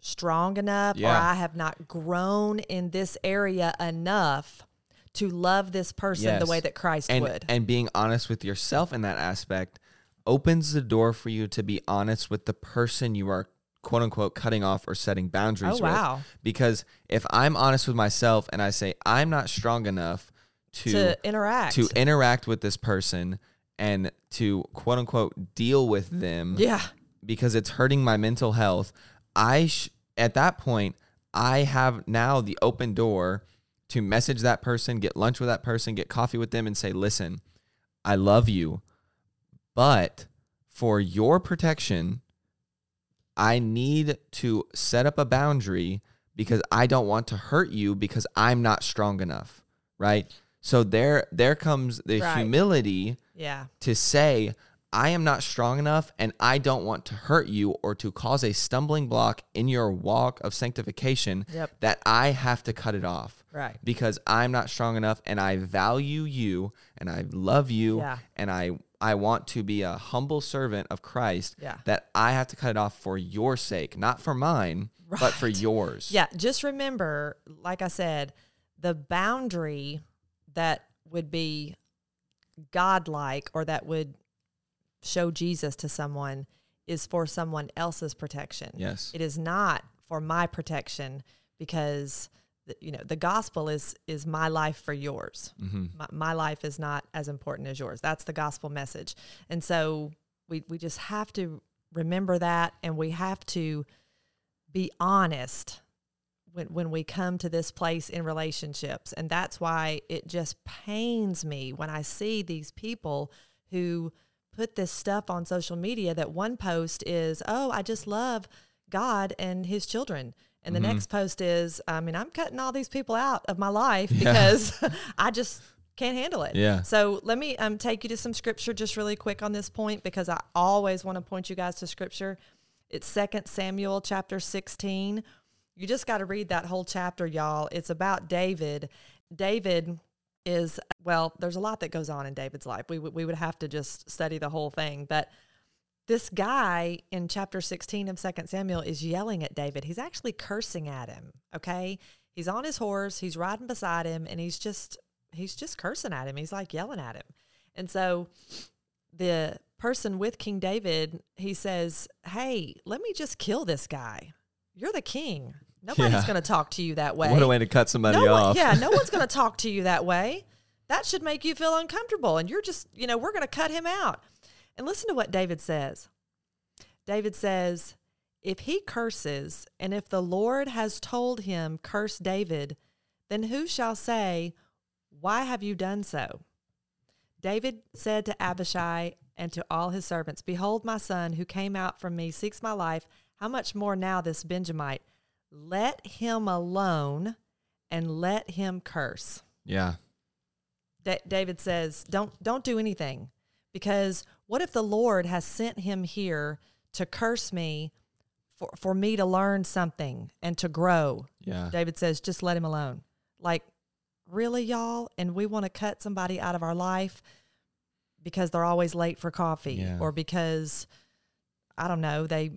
Speaker 2: strong enough or
Speaker 1: Yeah.
Speaker 2: I have not grown in this area enough to love this person the
Speaker 1: Yes.
Speaker 2: way that Christ
Speaker 1: and,
Speaker 2: would.
Speaker 1: And being honest with yourself in that aspect opens the door for you to be honest with the person you are quote unquote cutting off or setting boundaries with.
Speaker 2: Oh, wow.
Speaker 1: Because if I'm honest with myself and I say I'm not strong enough to
Speaker 2: to interact.
Speaker 1: to interact with this person and to quote unquote deal with them
Speaker 2: yeah.
Speaker 1: because it's hurting my mental health, I sh- at that point I have now the open door to message that person, get lunch with that person, get coffee with them and say, "Listen, I love you, but for your protection, I need to set up a boundary because I don't want to hurt you because I'm not strong enough." Right? So there there comes the
Speaker 2: Right.
Speaker 1: humility
Speaker 2: Yeah.
Speaker 1: to say, I am not strong enough and I don't want to hurt you or to cause a stumbling block in your walk of sanctification
Speaker 2: Yep.
Speaker 1: that I have to cut it off
Speaker 2: Right.
Speaker 1: because I'm not strong enough and I value you and I love you
Speaker 2: Yeah.
Speaker 1: and I I want to be a humble servant of Christ
Speaker 2: Yeah.
Speaker 1: that I have to cut it off for your sake, not for mine, but for yours.
Speaker 2: Yeah. Just remember, like I said, the boundary that would be godlike or that would show Jesus to someone is for someone else's protection.
Speaker 1: Yes.
Speaker 2: It is not for my protection because th- you know the gospel is is my life for yours.
Speaker 1: Mm-hmm.
Speaker 2: My, my life is not as important as yours. That's the gospel message, and so we we just have to remember that, and we have to be honest when, when we come to this place in relationships. And that's why it just pains me when I see these people who put this stuff on social media that one post is, oh, I just love God and his children. And the next post is, I mean, I'm cutting all these people out of my life because I just can't handle it.
Speaker 1: Yeah.
Speaker 2: So let me um, take you to some scripture just really quick on this point because I always want to point you guys to scripture. It's 2 Samuel chapter 16. You just got to read that whole chapter, y'all. It's about David. David is, well, there's a lot that goes on in David's life. We, would we would have to just study the whole thing. But this guy in chapter 16 of 2 Samuel is yelling at David. He's actually cursing at him, okay? He's on his horse, he's riding beside him, and he's just he's just cursing at him. He's like yelling at him. And so the person with King David, he says, "Hey, let me just kill this guy. You're the king. Nobody's
Speaker 1: Yeah.
Speaker 2: going to talk to you that way."
Speaker 1: What a way to cut somebody
Speaker 2: no
Speaker 1: off.
Speaker 2: One, yeah, no one's going to talk to you that way. That should make you feel uncomfortable. And you're just, you know, we're going to cut him out. And listen to what David says. David says, if he curses, and if the Lord has told him, curse David, then who shall say, why have you done so? David said to Abishai and to all his servants, Behold, my son who came out from me seeks my life. How much more now this Benjamite? Let him alone and let him curse.
Speaker 1: yeah.
Speaker 2: Da- David says, "Don't don't do anything because what if the Lord has sent him here to curse me for for me to learn something and to grow?"
Speaker 1: Yeah.
Speaker 2: David says, "Just let him alone." Like really y'all and we want to cut somebody out of our life because they're always late for coffee
Speaker 1: Yeah.
Speaker 2: or because I don't know, they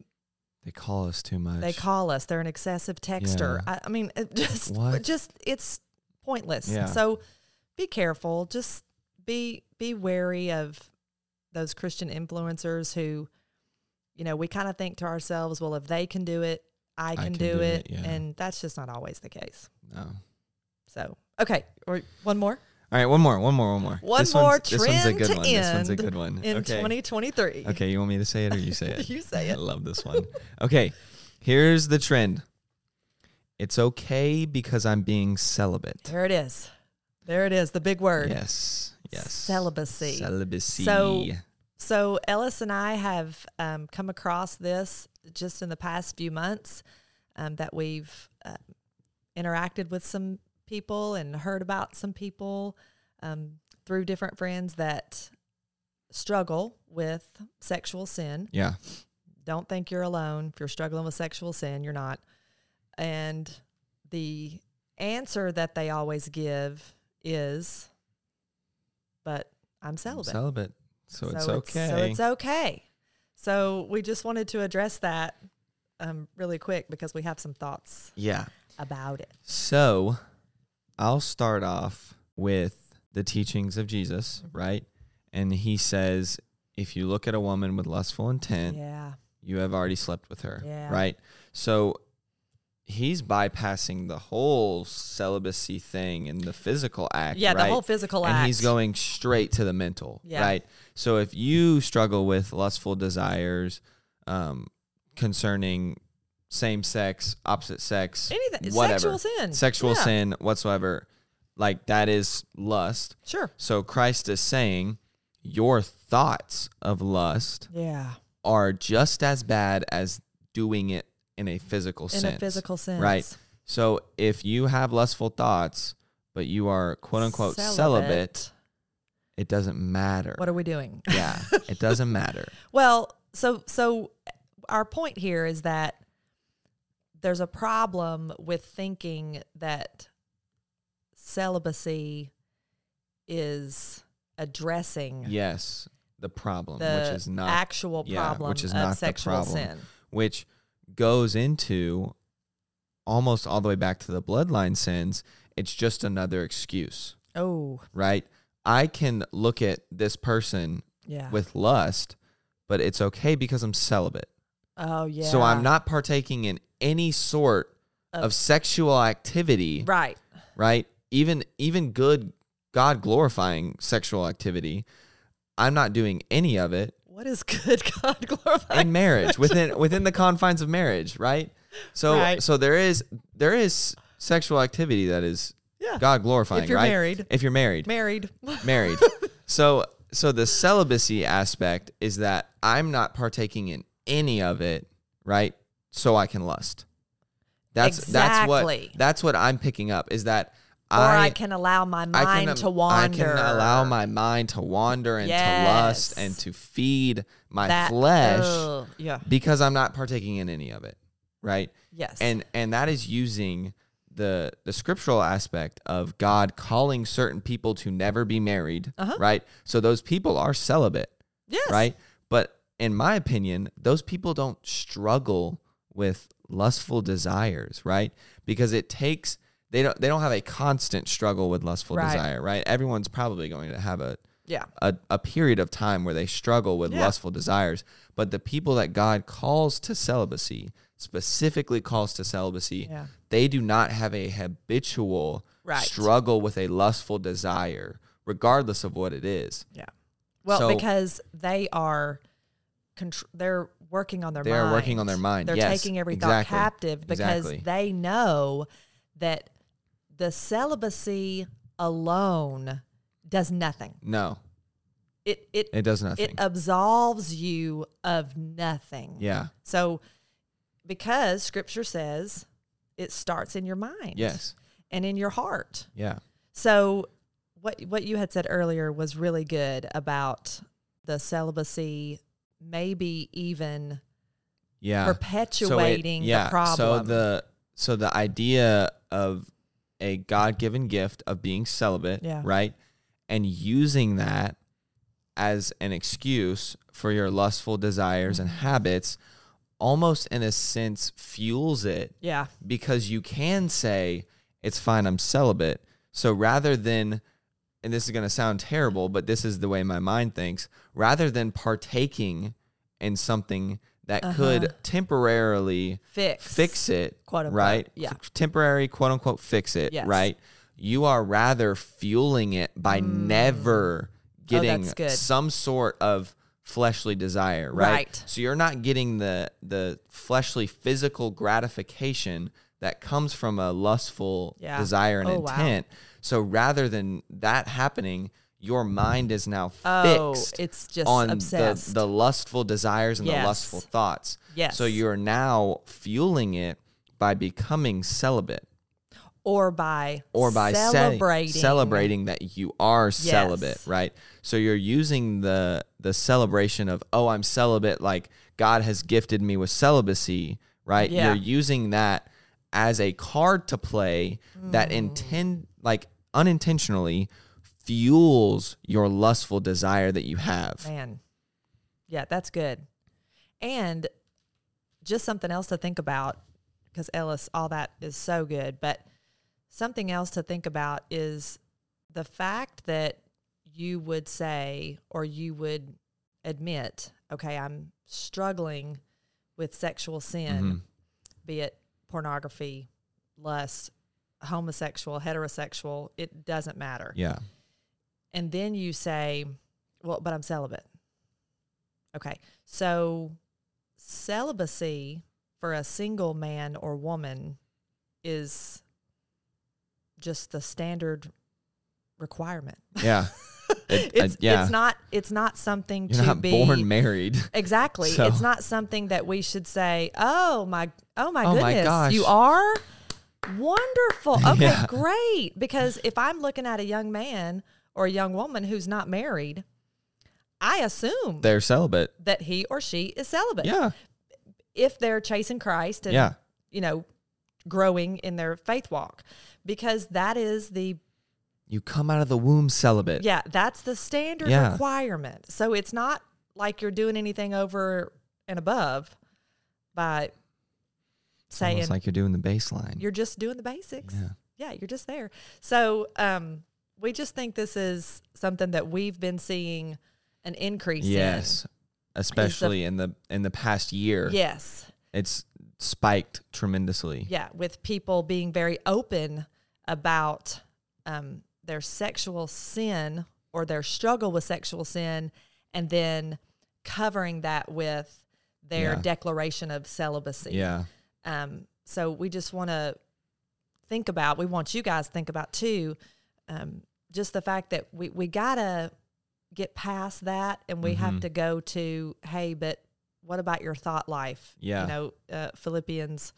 Speaker 1: They call us too much.
Speaker 2: they call us. They're an excessive texter. I, I mean, it just
Speaker 1: What?
Speaker 2: just it's pointless.
Speaker 1: Yeah.
Speaker 2: So be careful. Just be be wary of those Christian influencers who, you know, we kind of think to ourselves, well, if they can do it, I can, do, it,
Speaker 1: yeah.
Speaker 2: and that's just not always the case.
Speaker 1: No.
Speaker 2: So okay, or one more,
Speaker 1: All right, one more, one more, one more.
Speaker 2: one
Speaker 1: This
Speaker 2: more
Speaker 1: one's-
Speaker 2: trend
Speaker 1: This one's a good
Speaker 2: to
Speaker 1: one.
Speaker 2: end
Speaker 1: This one's a good one.
Speaker 2: in
Speaker 1: Mm, okay.
Speaker 2: 2023.
Speaker 1: Okay, you want me to say it or you say it?
Speaker 2: You say
Speaker 1: I
Speaker 2: it.
Speaker 1: love this one. Okay, here's the trend. It's okay because I'm being celibate.
Speaker 2: There it is. There it is. The big word.
Speaker 1: Yes. Yes.
Speaker 2: Celibacy.
Speaker 1: Celibacy.
Speaker 2: So- So Ellis and I have um, come across this just in the past few months um, that we've uh, interacted with some people and heard about some people um, through different friends that struggle with sexual sin.
Speaker 1: yeah.
Speaker 2: Don't think you're alone. If you're struggling with sexual sin, you're not. And the answer that they always give is, but I'm celibate.
Speaker 1: Celibate. So, it's okay.
Speaker 2: So it's okay. So we just wanted to address that um, really quick because we have some thoughts
Speaker 1: yeah.
Speaker 2: about it.
Speaker 1: So I'll start off with the teachings of Jesus, right? And he says, if you look at a woman with lustful intent,
Speaker 2: Yeah.
Speaker 1: you have already slept with her,
Speaker 2: Yeah.
Speaker 1: right? So he's bypassing the whole celibacy thing and the physical act.
Speaker 2: Yeah. The
Speaker 1: right?
Speaker 2: whole physical
Speaker 1: and
Speaker 2: act.
Speaker 1: he's going straight to the mental
Speaker 2: Yeah.
Speaker 1: right so if you struggle with lustful desires um, concerning same sex opposite sex
Speaker 2: Anything.
Speaker 1: whatever
Speaker 2: Sexual sin.
Speaker 1: sexual
Speaker 2: Yeah.
Speaker 1: sin whatsoever like that is lust
Speaker 2: Sure.
Speaker 1: so christ is saying your thoughts of lust
Speaker 2: Yeah.
Speaker 1: are just as bad as doing it in a physical
Speaker 2: In
Speaker 1: sense
Speaker 2: a physical sense.
Speaker 1: Right. so if you have lustful thoughts but you are quote unquote celibate it doesn't matter.
Speaker 2: What are we doing?
Speaker 1: yeah, it doesn't matter.
Speaker 2: Well, so so our point here is that there's a problem with thinking that celibacy is addressing
Speaker 1: Yes, the problem,
Speaker 2: the
Speaker 1: which is not,
Speaker 2: actual
Speaker 1: yeah,
Speaker 2: problem
Speaker 1: which is
Speaker 2: of
Speaker 1: not the
Speaker 2: sexual
Speaker 1: problem.
Speaker 2: sin.
Speaker 1: which goes into almost all the way back to the bloodline sins. It's just another excuse,
Speaker 2: Oh,
Speaker 1: right? I can look at this person
Speaker 2: yeah.
Speaker 1: with lust, but it's okay because I'm celibate.
Speaker 2: oh, yeah.
Speaker 1: So I'm not partaking in any sort
Speaker 2: Of-
Speaker 1: of, sexual activity.
Speaker 2: right.
Speaker 1: right? Even even good God glorifying sexual activity, I'm not doing any of it
Speaker 2: What is good God glorified?
Speaker 1: in marriage within within the confines of marriage, right? So
Speaker 2: Right.
Speaker 1: so there is there is sexual activity that is
Speaker 2: Yeah.
Speaker 1: God glorifying,
Speaker 2: If you're
Speaker 1: right?
Speaker 2: married.
Speaker 1: If you're married,
Speaker 2: Married.
Speaker 1: married. so so the celibacy aspect is that I'm not partaking in any of it, right? So I can lust. That's that's
Speaker 2: Exactly.
Speaker 1: what that's what I'm picking up is that
Speaker 2: or I, can allow my mind
Speaker 1: um,
Speaker 2: to wander.
Speaker 1: I can allow my mind to wander and to lust
Speaker 2: Yes.
Speaker 1: and to feed my
Speaker 2: That-
Speaker 1: flesh
Speaker 2: Ugh, yeah.
Speaker 1: because I'm not partaking in any of it, right?
Speaker 2: Yes.
Speaker 1: And and that is using the the scriptural aspect of God calling certain people to never be married,
Speaker 2: Uh-huh.
Speaker 1: right? So those people are celibate,
Speaker 2: yes.
Speaker 1: right? But in my opinion, those people don't struggle with lustful desires, right? Because it takes they don't they don't have a constant struggle with lustful
Speaker 2: Right.
Speaker 1: desire, right? Everyone's probably going to have a
Speaker 2: Yeah.
Speaker 1: a, a period of time where they struggle with
Speaker 2: Yeah.
Speaker 1: lustful desires. But the people that God calls to celibacy, specifically calls to celibacy,
Speaker 2: Yeah.
Speaker 1: they do not have a habitual
Speaker 2: Right.
Speaker 1: struggle with a lustful desire, regardless of what it is.
Speaker 2: Yeah. Well,
Speaker 1: So-
Speaker 2: because they are, contr- they're working on their
Speaker 1: They're
Speaker 2: mind.
Speaker 1: working on their mind.
Speaker 2: They're
Speaker 1: Yes,
Speaker 2: taking every thought
Speaker 1: exactly,
Speaker 2: captive because
Speaker 1: exactly.
Speaker 2: they know that the celibacy alone does nothing.
Speaker 1: No,
Speaker 2: It it
Speaker 1: it does nothing.
Speaker 2: it uh absolves you of nothing.
Speaker 1: yeah.
Speaker 2: So, because Scripture says it starts in your mind.
Speaker 1: Yes.
Speaker 2: And in your heart.
Speaker 1: Yeah.
Speaker 2: So what what you had said earlier was really good about the celibacy maybe even
Speaker 1: Yeah.
Speaker 2: perpetuating the problem.
Speaker 1: So the so the idea of a God given gift of being celibate,
Speaker 2: Yeah.
Speaker 1: right? And using that as an excuse for your lustful desires and
Speaker 2: Mm-hmm.
Speaker 1: habits almost in a sense fuels it
Speaker 2: yeah.
Speaker 1: because you can say it's fine i'm celibate so rather than and this is going to sound terrible but this is the way my mind thinks rather than partaking in something that could temporarily
Speaker 2: Fix.
Speaker 1: fix it
Speaker 2: Quote, unquote.
Speaker 1: right
Speaker 2: Yeah.
Speaker 1: F- temporary quote unquote fix it
Speaker 2: Yes.
Speaker 1: right you are rather fueling it by never getting
Speaker 2: Mm. Oh, that's good.
Speaker 1: some sort of fleshly desire right?
Speaker 2: Right.
Speaker 1: so you're not getting the the fleshly physical gratification that comes from a lustful
Speaker 2: Yeah.
Speaker 1: desire and
Speaker 2: Oh, wow.
Speaker 1: intent. So rather than that happening, your mind is now
Speaker 2: Oh,
Speaker 1: fixed
Speaker 2: it's just
Speaker 1: on the,
Speaker 2: obsessed.
Speaker 1: the lustful desires and the
Speaker 2: Yes.
Speaker 1: lustful thoughts.
Speaker 2: Yes.
Speaker 1: So you're now fueling it by becoming celibate
Speaker 2: or by
Speaker 1: or by se-
Speaker 2: celebrating
Speaker 1: celebrating that you are celibate,
Speaker 2: Yes.
Speaker 1: right? So you're using the the celebration of oh I'm celibate like God has gifted me with celibacy, right?
Speaker 2: Yeah.
Speaker 1: You're using that as a card to play that
Speaker 2: Mm.
Speaker 1: intend like unintentionally fuels your lustful desire that you have.
Speaker 2: Man, yeah, that's good. And just something else to think about because Ellis, all that is so good. But something else to think about is the fact that you would say or you would admit, okay, I'm struggling with sexual sin, be it pornography, lust, homosexual, heterosexual, it doesn't matter
Speaker 1: Yeah.
Speaker 2: and then you say, "Well, but I'm celibate." Okay, so celibacy for a single man or woman is just the standard requirement.
Speaker 1: Yeah. It-
Speaker 2: It's
Speaker 1: uh, yeah.
Speaker 2: it's not it's not something
Speaker 1: you're
Speaker 2: to
Speaker 1: not
Speaker 2: be
Speaker 1: born married.
Speaker 2: exactly.
Speaker 1: So-
Speaker 2: It's not something that we should say. Oh my! Oh my
Speaker 1: Oh my
Speaker 2: goodness!
Speaker 1: gosh.
Speaker 2: You are wonderful. Okay,
Speaker 1: Yeah.
Speaker 2: great. Because if I'm looking at a young man or a young woman who's not married, I assume
Speaker 1: They're celibate.
Speaker 2: that he or she is celibate.
Speaker 1: Yeah.
Speaker 2: If they're chasing Christ and
Speaker 1: Yeah.
Speaker 2: you know growing in their faith walk, because that is the
Speaker 1: You come out of the womb celibate.
Speaker 2: Yeah, that's the standard
Speaker 1: Yeah.
Speaker 2: requirement. So it's not like you're doing anything over and above by
Speaker 1: It's almost
Speaker 2: saying
Speaker 1: like you're doing the baseline.
Speaker 2: you're just doing the basics.
Speaker 1: Yeah.
Speaker 2: you're just there. So um, we just think this is something that we've been seeing an increase
Speaker 1: Yes, especially in the in the past year,
Speaker 2: in. Yes.
Speaker 1: it's spiked tremendously.
Speaker 2: Yeah, with people being very open about um, their sexual sin or their struggle with sexual sin, and then covering that with their
Speaker 1: Yeah.
Speaker 2: declaration of celibacy.
Speaker 1: Yeah,
Speaker 2: Um, so we just want to think about, we want you guys to think about too, um, just the fact that we, we got to get past that and we have
Speaker 1: Mhm.
Speaker 2: to go to, hey, but what about your thought life?
Speaker 1: Yeah.
Speaker 2: You know, uh, Philippians,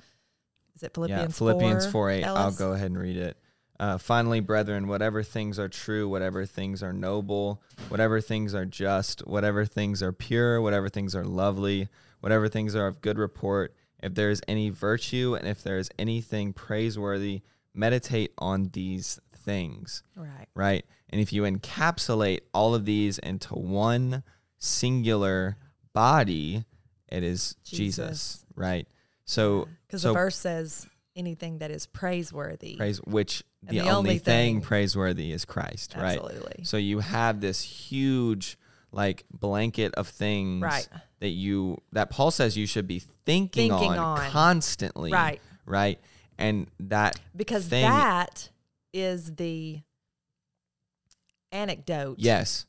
Speaker 2: is it
Speaker 1: yeah.
Speaker 2: Philippians 4?
Speaker 1: Philippians four eight. I'll
Speaker 2: Ellis?
Speaker 1: go ahead and read it. Uh, Finally, brethren, whatever things are true, whatever things are noble, whatever things are just, whatever things are pure, whatever things are lovely, whatever things are of good report, if there is any virtue and if there is anything praiseworthy, meditate on these things.
Speaker 2: Right.
Speaker 1: right? And if you encapsulate all of these into one singular body, it is Jesus,
Speaker 2: Jesus.
Speaker 1: right? So,
Speaker 2: Because
Speaker 1: so
Speaker 2: the verse says anything that is praiseworthy.
Speaker 1: praise, which the,
Speaker 2: the
Speaker 1: only,
Speaker 2: only
Speaker 1: thing,
Speaker 2: thing-
Speaker 1: praiseworthy is Christ, right?
Speaker 2: Absolutely.
Speaker 1: So you have this huge like blanket of things
Speaker 2: Right.
Speaker 1: that you that Paul says you should be thinking,
Speaker 2: Thinking
Speaker 1: on,
Speaker 2: on.
Speaker 1: constantly,
Speaker 2: Right.
Speaker 1: Right, and that
Speaker 2: Because
Speaker 1: thing-
Speaker 2: that is the anecdote
Speaker 1: yes,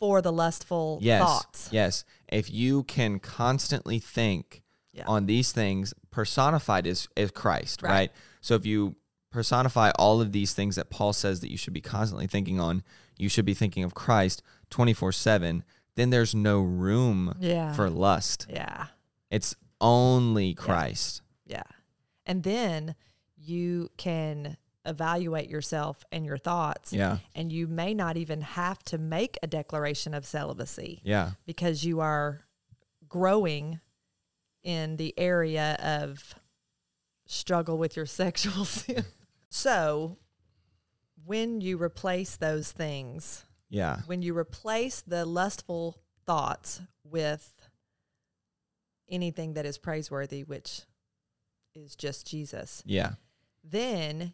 Speaker 2: for the lustful
Speaker 1: yes,
Speaker 2: thoughts.
Speaker 1: Yes. If you can constantly think
Speaker 2: Yeah.
Speaker 1: on these things, personified is, is Christ, right.
Speaker 2: Right.
Speaker 1: So if you personify all of these things that Paul says that you should be constantly thinking on, you should be thinking of Christ 24 7, then there's no room
Speaker 2: Yeah.
Speaker 1: for lust.
Speaker 2: Yeah.
Speaker 1: It's only Christ.
Speaker 2: Yeah. And then you can evaluate yourself and your thoughts.
Speaker 1: Yeah.
Speaker 2: And you may not even have to make a declaration of celibacy
Speaker 1: Yeah.
Speaker 2: because you are growing in the area of struggle with your sexual sin. so when you replace those things,
Speaker 1: Yeah.
Speaker 2: when you replace the lustful thoughts with anything that is praiseworthy, which is just Jesus,
Speaker 1: Yeah.
Speaker 2: then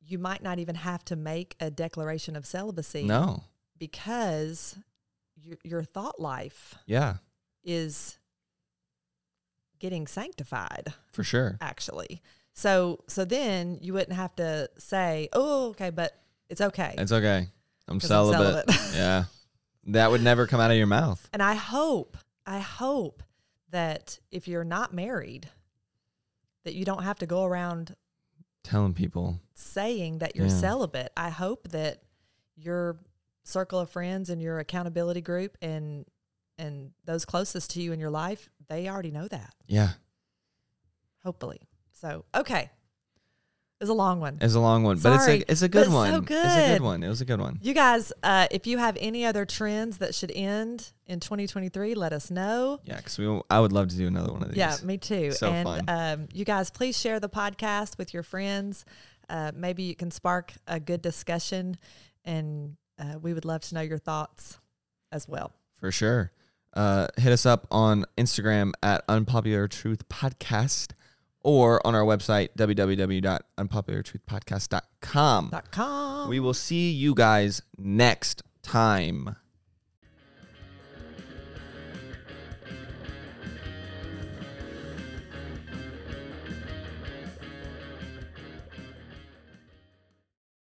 Speaker 2: you might not even have to make a declaration of celibacy
Speaker 1: No.
Speaker 2: because your, your thought life
Speaker 1: Yeah.
Speaker 2: is getting sanctified
Speaker 1: For sure.
Speaker 2: actually. So so then you wouldn't have to say, "Oh, okay, but it's okay."
Speaker 1: It's okay. I'm
Speaker 2: 'Cause I'm
Speaker 1: celibate.
Speaker 2: celibate.
Speaker 1: yeah. That would never come out of your mouth.
Speaker 2: And I hope, I hope that if you're not married, that you don't have to go around
Speaker 1: telling people.
Speaker 2: saying that you're
Speaker 1: Yeah.
Speaker 2: celibate. I hope that your circle of friends and your accountability group and and those closest to you in your life, they already know that,
Speaker 1: Yeah.
Speaker 2: hopefully. So, okay. It was a long one.
Speaker 1: It's a long one, but it's
Speaker 2: Sorry,
Speaker 1: a it's a
Speaker 2: but
Speaker 1: good
Speaker 2: it's so
Speaker 1: one. It's a
Speaker 2: good.
Speaker 1: good one. It was a good one.
Speaker 2: You guys, uh, if you have any other trends that should end in 2023, let us know.
Speaker 1: Yeah, because we I would love to do another one of these.
Speaker 2: Yeah, me too.
Speaker 1: So
Speaker 2: and
Speaker 1: fun.
Speaker 2: Um, you guys, please share the podcast with your friends. Uh, maybe you can spark a good discussion, and uh, we would love to know your thoughts as well.
Speaker 1: for sure. Uh, hit us up on Instagram at Unpopular Truth Podcast or on our website www.unpopulartruthpodcast.com.
Speaker 2: Dot com.
Speaker 1: We will see you guys next time.